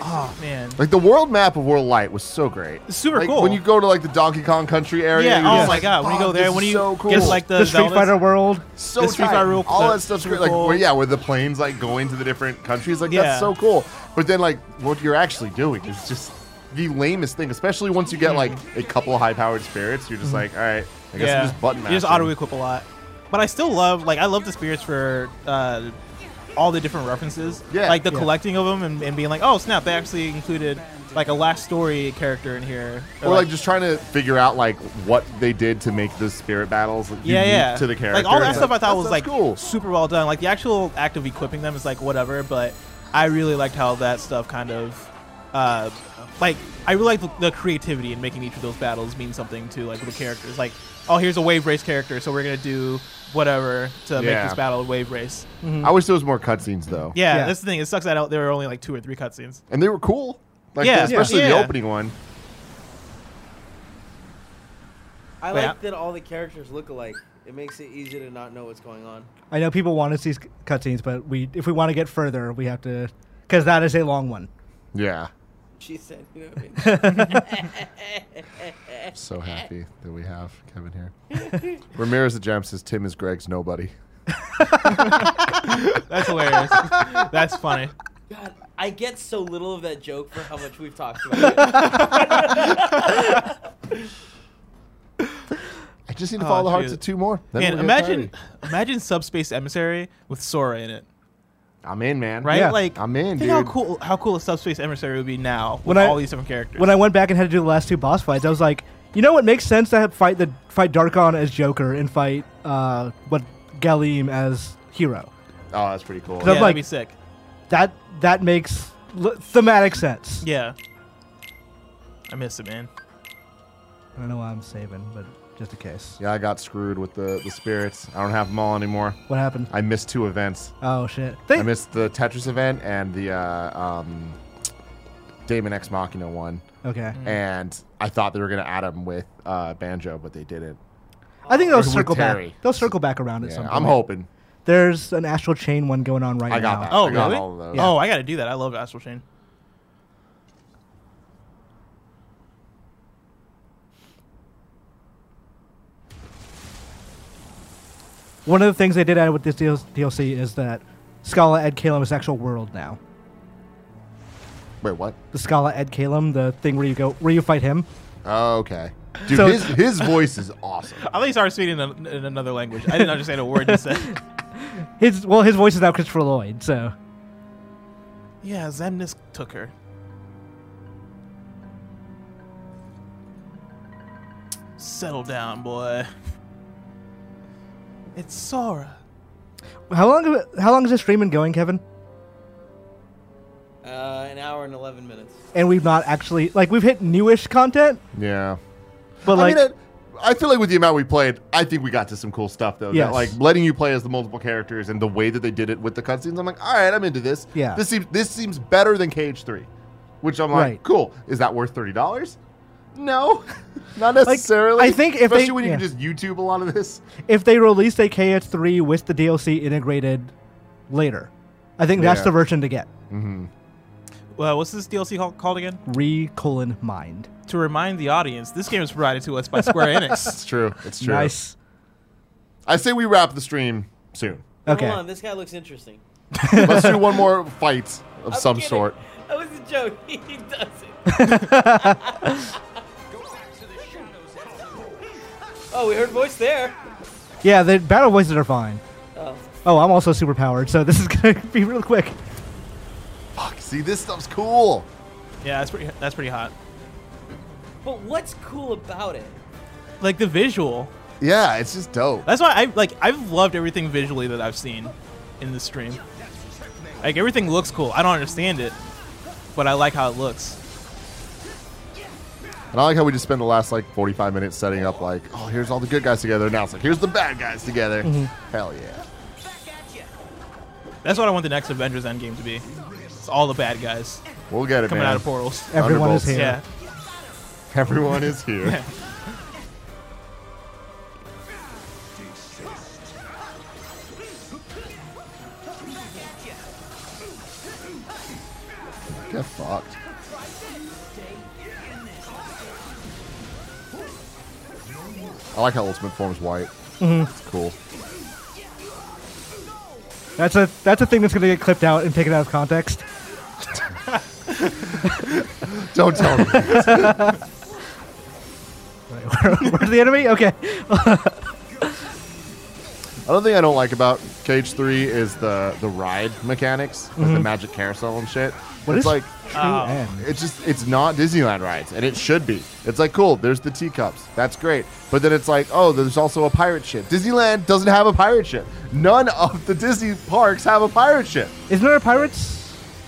Oh man.
Like the world map of World of Light was so great.
Super
like,
cool.
When you go to like the Donkey Kong Country area,
yeah.
you're
Oh
just
my
like,
god. When you go
"Fuck,
there,
this
when
is
you
so cool.
gets like the,
The Street
Zeldas-
Fighter world.
so
the Street
tight.
Fighter rule-
all
uh,
that stuff's
Super
great. Like,
Bowl.
where, yeah, where the planes like going to the different countries, like
Yeah.
that's so cool. But then like what you're actually doing is just the lamest thing. Especially once you get like a couple high powered spirits, you're just like, all right, I guess
Mm-hmm. yeah.
I'm just button
you just
mashing."
auto equip a lot, but I still love like I love the spirits for uh, all the different references.
Yeah.
Like the
Yeah.
collecting of them and, and being like, oh snap, they actually included like a last story character in here.
Or like just trying to figure out like what they did to make the spirit battles like,
yeah,
unique
yeah.
to the character.
Like all that
It's
stuff I thought
that
was
stuff's
like
cool.
super well done. Like the actual act of equipping them is like whatever, but I really liked how that stuff kind of uh like I really like the, the creativity in making each of those battles mean something to like the characters. Like oh, here's a wave race character, so we're gonna do whatever to make
Yeah.
this battle a wave race.
I wish there was more cutscenes though.
mm-hmm. Yeah,
Yeah.
that's the thing. It sucks that out there were only like two or three cutscenes.
and they were cool. Like
Yeah.
especially
Yeah.
the opening one.
I
Wait,
like
I-
that all the characters look alike. It makes it easier to not know what's going on. [laughs]
I know people want to see c- cutscenes, but we if we want to get further, we have to because that is a long one.
Yeah,
She said, you know
[laughs]
what I mean?
so happy that we have Kevin here. Ramirez the Gem says Tim is Greg's nobody.
That's hilarious. [laughs] that's funny.
God, I get so little of that joke for how much we've talked about it.
I just need to
Oh,
follow the hearts
shoot.
of two more. Then
Man,
we'll get
imagine,
parity.
imagine Subspace Emissary with Sora in it,
I'm in, man.
right?
Yeah.
Like,
I'm in,
think how
dude.
cool how cool a Subspace Emissary would be now with
When I-
all these different characters.
When I went back and had to do the last two boss fights, I was like, you know what makes sense to have fight the fight Darkon as Joker and fight uh what Galim as hero.
Oh, that's pretty cool.
yeah,
I'm
that'd
like-
be sick.
That that makes l- thematic sense.
Yeah, I miss it, man.
I don't know why I'm saving, but just in case.
Yeah, I got screwed with the, the spirits. I don't have them all anymore.
What happened?
I missed two events.
Oh shit! They, [laughs]
I missed the Tetris event and the uh, um, Damon X Machina one.
okay.
Mm. And I thought they were going to add them with uh, Banjo, but they didn't.
I think they'll
With
circle
Terry.
back. They'll circle back around at
Yeah,
some point.
I'm hoping.
There's an astral chain one going on right
I
now.
got that.
Oh,
I got
really?
all of those.
Oh, I gotta do that. I love Astral Chain.
One of the things they did add with this DL- DLC is that Scala Ed Calum is actual world now.
Wait, what?
The Scala Ed Calum, the thing where you go where you fight him.
Oh,
[laughs]
okay. Dude,
So-
his, his voice is awesome.
[laughs]
I think he started speaking in, in another language. I didn't understand a word he said.
[laughs]
His well, his voice is now Christopher Lloyd. So
Yeah, Zemnis took her. Settle down, boy. It's Sora.
how long have- how long has this stream been going, Kevin?
[laughs]
Uh, an hour and 11 minutes.
And we've not actually like we've hit newish content,
Yeah.
but like
I mean, I, I feel like with the amount we played, I think we got to some cool stuff though. Yeah,
Yes.
like letting you play as the multiple characters and the way that they did it with the cutscenes, I'm like, all right, I'm into this.
Yeah.
this seems this seems better than Cage Three, which I'm like,
Right.
cool. Is that worth thirty dollars? No, [laughs] not necessarily.
I think if
especially
they-
when you can
yeah.
just YouTube a lot of this.
if they released a KH3 with the DLC integrated later, I think that's
Yeah.
the version to get.
Well, what's this DLC call- called again?
Re colon mind.
To remind the audience, this game is provided to us by Square
[laughs]
Enix.
It's true. It's true.
Nice.
I say we wrap the stream
[laughs]
soon.
Okay.
Hold on, this guy looks interesting.
Let's do one more fight of
I'm
some
kidding.
sort.
That was a joke. [laughs] he
[laughs]
doesn't. Oh, we heard voice there.
Yeah, the battle voices are fine.
Oh.
Oh, I'm also super powered, so this is [laughs] gonna be real quick.
Fuck. See, this stuff's cool.
yeah, that's pretty. That's pretty hot.
But what's cool about it?
Like the visual.
Yeah, it's just dope.
That's why I like. I've loved everything visually that I've seen in the stream. Like everything looks cool. I don't understand it, but I like how it looks.
And I like how we just spend the last like 45 minutes setting up like, oh, here's all the good guys together. Now it's like, here's the bad guys together.
Mm-hmm.
Hell yeah.
Back at you.
That's what I want the next Avengers Endgame to be. It's all the bad guys
We'll get it,
coming
man.
out of portals.
[laughs]
Everyone is
Thunderbolts.
here.
Yeah.
Everyone is here. get fucked. I like how Ultimate Form's white.
Mm-hmm.
It's cool.
That's a that's a thing that's gonna get clipped out and taken out of context. [laughs]
Don't tell me.
Where's the enemy? Okay.
Another thing I don't like about Cage Three is the the ride mechanics, like the magic carousel and shit.
Mm-hmm. What
it's
is-
like
Oh.
Man.
it's just it's not Disneyland rides, and it should be. It's like cool. There's the teacups. That's great. But then it's like oh, there's also a pirate ship. Disneyland doesn't have a pirate ship. None of the Disney parks have a pirate ship.
Isn't there a pirates?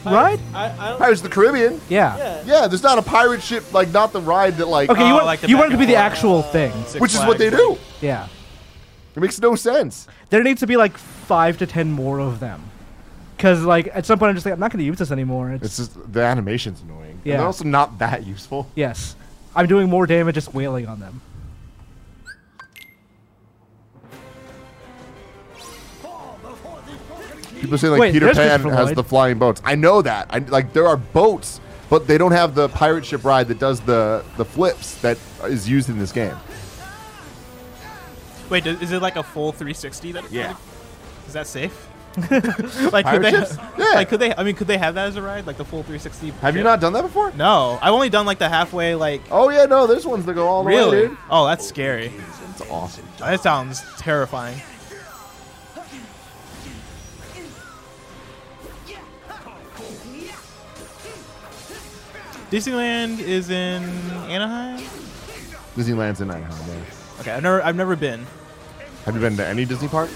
ride?
I, I don't,
Pirates of the Caribbean.
Yeah.
yeah.
Yeah, there's not a pirate ship like not the ride that like,
Okay,
Oh,
you want
like the
you want it
back
to be
and
the
forth.
actual thing.
Six
which is what they
Flags,
do.
Yeah.
It makes no sense.
There needs to be like five to ten more of them, because like at some point I'm just like I'm not going to use this anymore. It's,
It's just the animation's annoying. And
Yeah.
they're also not that useful.
yes, I'm doing more damage just wailing on them.
People say like
Wait,
Peter
there's
Pan
Christopher
has
Lloyd.
the flying boats. I know that. I like there are boats, but they don't have the pirate ship ride that does the the flips that is used in this game.
Wait, does, is it like a full 360? That
Yeah.
Is
[laughs]
that safe?
Pirate
like could they?
ships? Yeah.
Like could they? I mean, could they have that as a ride? Like the full 360?
Have you
ship?
not done that before?
No, I've only done like the halfway. Like
Oh yeah, no. There's ones that go all the way,
really?
dude.
Oh, that's scary.
It's awesome.
That sounds terrifying. Disneyland is in Anaheim.
Disneyland's in Anaheim. Yeah.
Okay, I've never I've never been.
Have you been to any Disney park?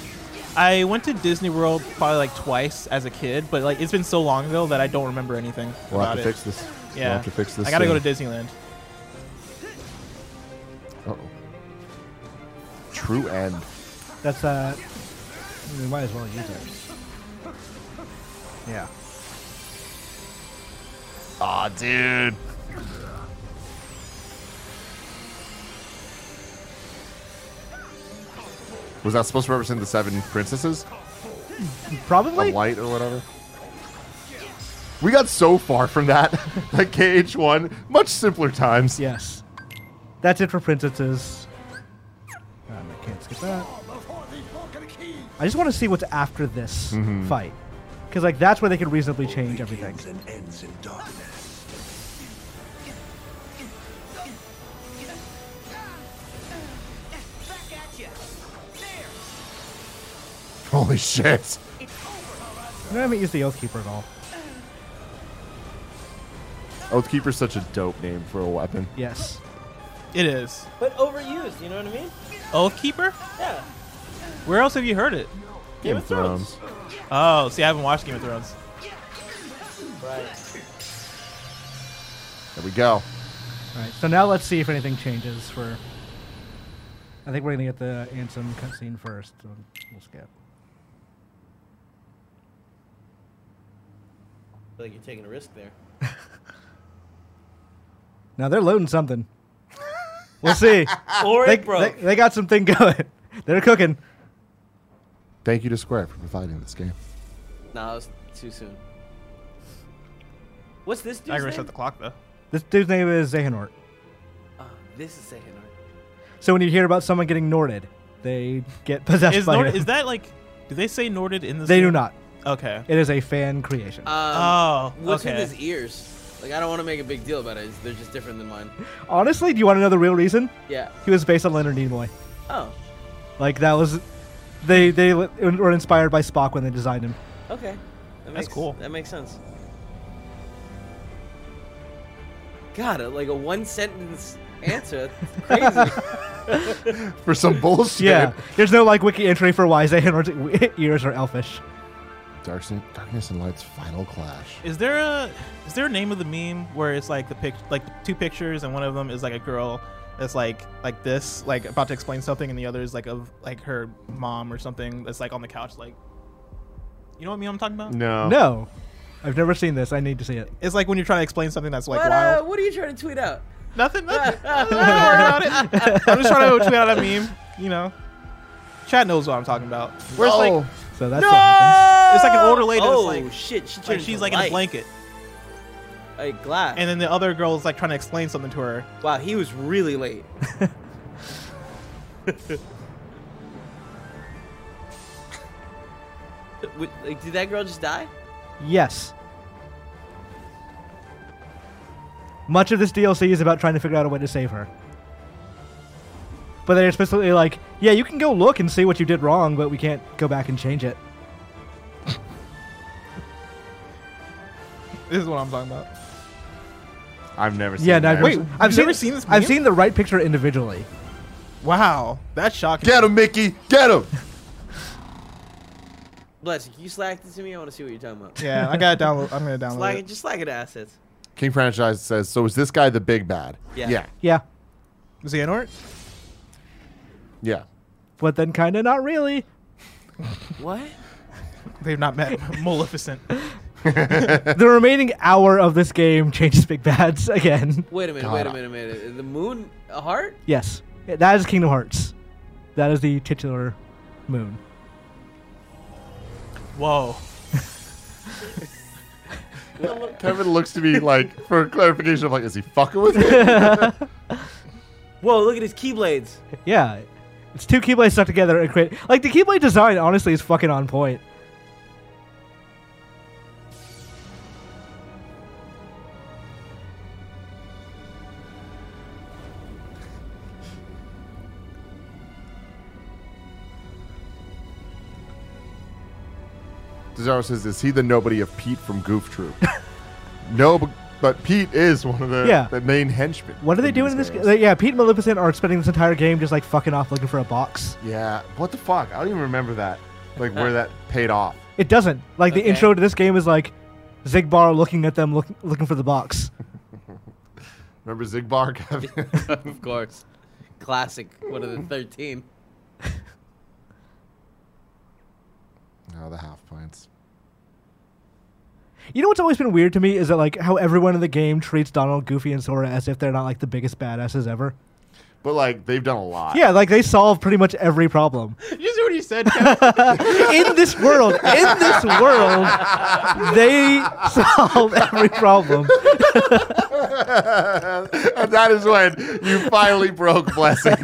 I went to Disney World probably like twice as a kid, but like it's been so long ago that I don't remember anything
We'll
about
have to
it.
fix this.
yeah,
We'll have to fix this.
I gotta go to Disneyland.
oh True end.
That's uh, we might as well use it. Yeah.
Aw, dude. Was that supposed to represent the seven princesses?
Probably.
Of light or whatever? We got so far from that. [laughs] like KH1, much simpler times.
Yes. That's it for princesses. Um, I can't skip that. I just want to see what's after this fight, because like that's where they could reasonably change everything.
Back at you. There.
Holy shit.
No, I haven't used the Oathkeeper at all.
Oathkeeper's such a dope name for a weapon.
Yes.
It is
But overused, you know what I mean?
Oathkeeper.
Yeah.
Where else have you heard it?
Game of Thrones.
Oh, see, I haven't watched Game of Thrones.
Right.
There we go.
All right. So now let's see if anything changes for. I think we're gonna get the Ansem cutscene first. So we'll skip.
feel like you're taking a risk there.
[laughs] Now they're loading something. We'll
[laughs]
see.
Ah,
Or
they,
it broke.
they, they got something [laughs] going. they're cooking.
Thank you to Square for providing this game. [laughs]
Nah, it was too soon. What's this
I can
dude's
reset
name?
the clock though.
This dude's name is Zehanort.
Ah, this is second art.
So when you hear about someone getting Norded, they get possessed
Is
by
Nord,
it.
is that like? Do they say Norded in this?
they do
game?
not.
Okay.
It is a fan creation.
Um,
oh,
what's
okay.
with his ears? Like, I don't want to make a big deal about it. They're just different than
[laughs]
mine.
Honestly, do you want to know the real reason?
Yeah.
He was based on Leonard Nimoy.
Oh.
Like that was, they they li- were inspired by Spock when they designed him.
Okay. That
That's
makes,
cool.
That makes sense. God, a- like a one sentence answer. That's
[laughs]
crazy.
For [laughs] some bullshit.
[laughs] Yeah, there's no like wiki entry for why [laughs] Zehanort's ears are elfish.
Darkness, darkness and light's final clash.
Is there a is there a name of the meme where it's like the pic like two pictures and one of them is like a girl that's like like this like about to explain something and the other is like of like her mom or something that's like on the couch like you know what meme I'm talking about?
No.
No, I've never seen this. I need to see it.
It's like when you're trying to explain something that's like
what, uh,
wild.
what are you trying to tweet out?
Nothing.
[laughs]
Nothing. [laughs] Don't worry about it. I'm just trying to tweet out a meme. You know, Chad knows what I'm talking about. Where it's
Oh.
like
So that's what happens.
it's like an older lady that's
Oh
like-
shit! She turned
like she's
into
like in
light.
a blanket,
A glass.
and then the other girl is like trying to explain something to her.
wow, he was really late. [laughs] Wait, like, did that girl just die?
Yes. Much of this DLC is about trying to figure out a way to save her. But they're specifically like, yeah, you can go look and see what you did wrong, but we can't go back and change it.
This is what I'm talking about.
I've never seen
Yeah, and
that.
I've
Wait,
never-
you've
I've
never
seen
seen this
I've
meme?
seen the right picture individually.
Wow, that's shocking.
Get him, Mickey! Get him!
Bless, can you slack it to me? I want to see what you're talking about.
Yeah, I gotta download. I'm gonna download
Slack it,
it.
just slack it to assets.
King franchise says, "So is this guy the big bad?"
Yeah.
yeah,
Yeah,
Is he in or
yeah.
but then kind of not really.
What?
They've not [laughs] met Maleficent.
the remaining hour of this game changes big bads [laughs] again.
Wait a minute,
God,
wait a
I-
minute, wait a minute. The moon, a heart?
Yes, that is Kingdom Hearts. That is the titular moon.
Whoa.
Kevin looks to me like for clarification. I'm like, is he fucking with me?
Whoa, look at his keyblades.
Yeah, it's two keyblades stuck together and create like the keyblade design. Honestly, is fucking on point.
Desaro says, "Is he the nobody of Pete from Goof Troop?" no, but, but Pete is one of the,
Yeah.
the main henchmen.
What are they doing in this?
these
G-
games.
yeah, Pete and Maleficent are spending this entire game just like fucking off looking for a box.
yeah, what the fuck? I don't even remember that. Like where that paid off.
It doesn't. Like the
Okay.
intro to this game is like Zigbar looking at them, look, looking for the box.
Remember Zigbar, Kevin?
[laughs] of course. Classic. One of the 13.
[laughs] oh, the half pints.
You know what's always been weird to me is that like how everyone in the game treats Donald, Goofy, and Sora as if they're not like the biggest badasses ever.
But like they've done a lot.
Yeah, like they solve pretty much every problem
Did [laughs] you see what he said? Kev?
[laughs] in this world. In this world, they solve every problem.
[laughs] and that is when you finally
[laughs]
broke blessing.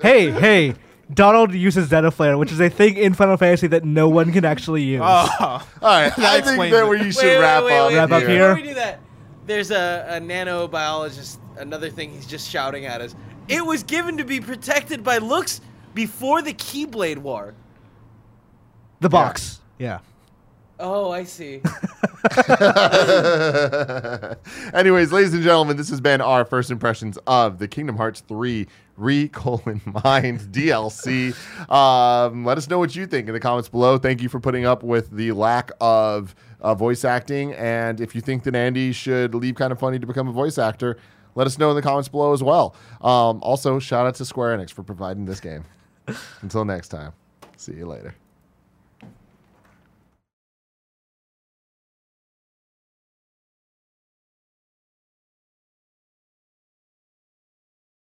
Hey, hey. Donald uses Zeta Flare, which is a thing in Final Fantasy that no one can actually use.
Oh.
All right, [laughs] I think
explains
that
it.
we should
Wait, wait,
wrap
wait,
up.
wait,
Wrap up here.
Before we do that, there's a, a nanobiologist, another thing he's just shouting at us. It was given to be protected by looks before the Keyblade War.
The box. Yeah.
Oh, I see.
[laughs] Anyways, ladies and gentlemen, this has been our first impressions of the Kingdom Hearts 3 Re colon [laughs] Minds DLC. Um, let us know what you think in the comments below. Thank you for putting up with the lack of uh, voice acting. And if you think that Andy should leave kind of funny to become a voice actor, let us know in the comments below as well. [laughs] Um, also, shout out to Square Enix for providing this game. Until next time, see you later.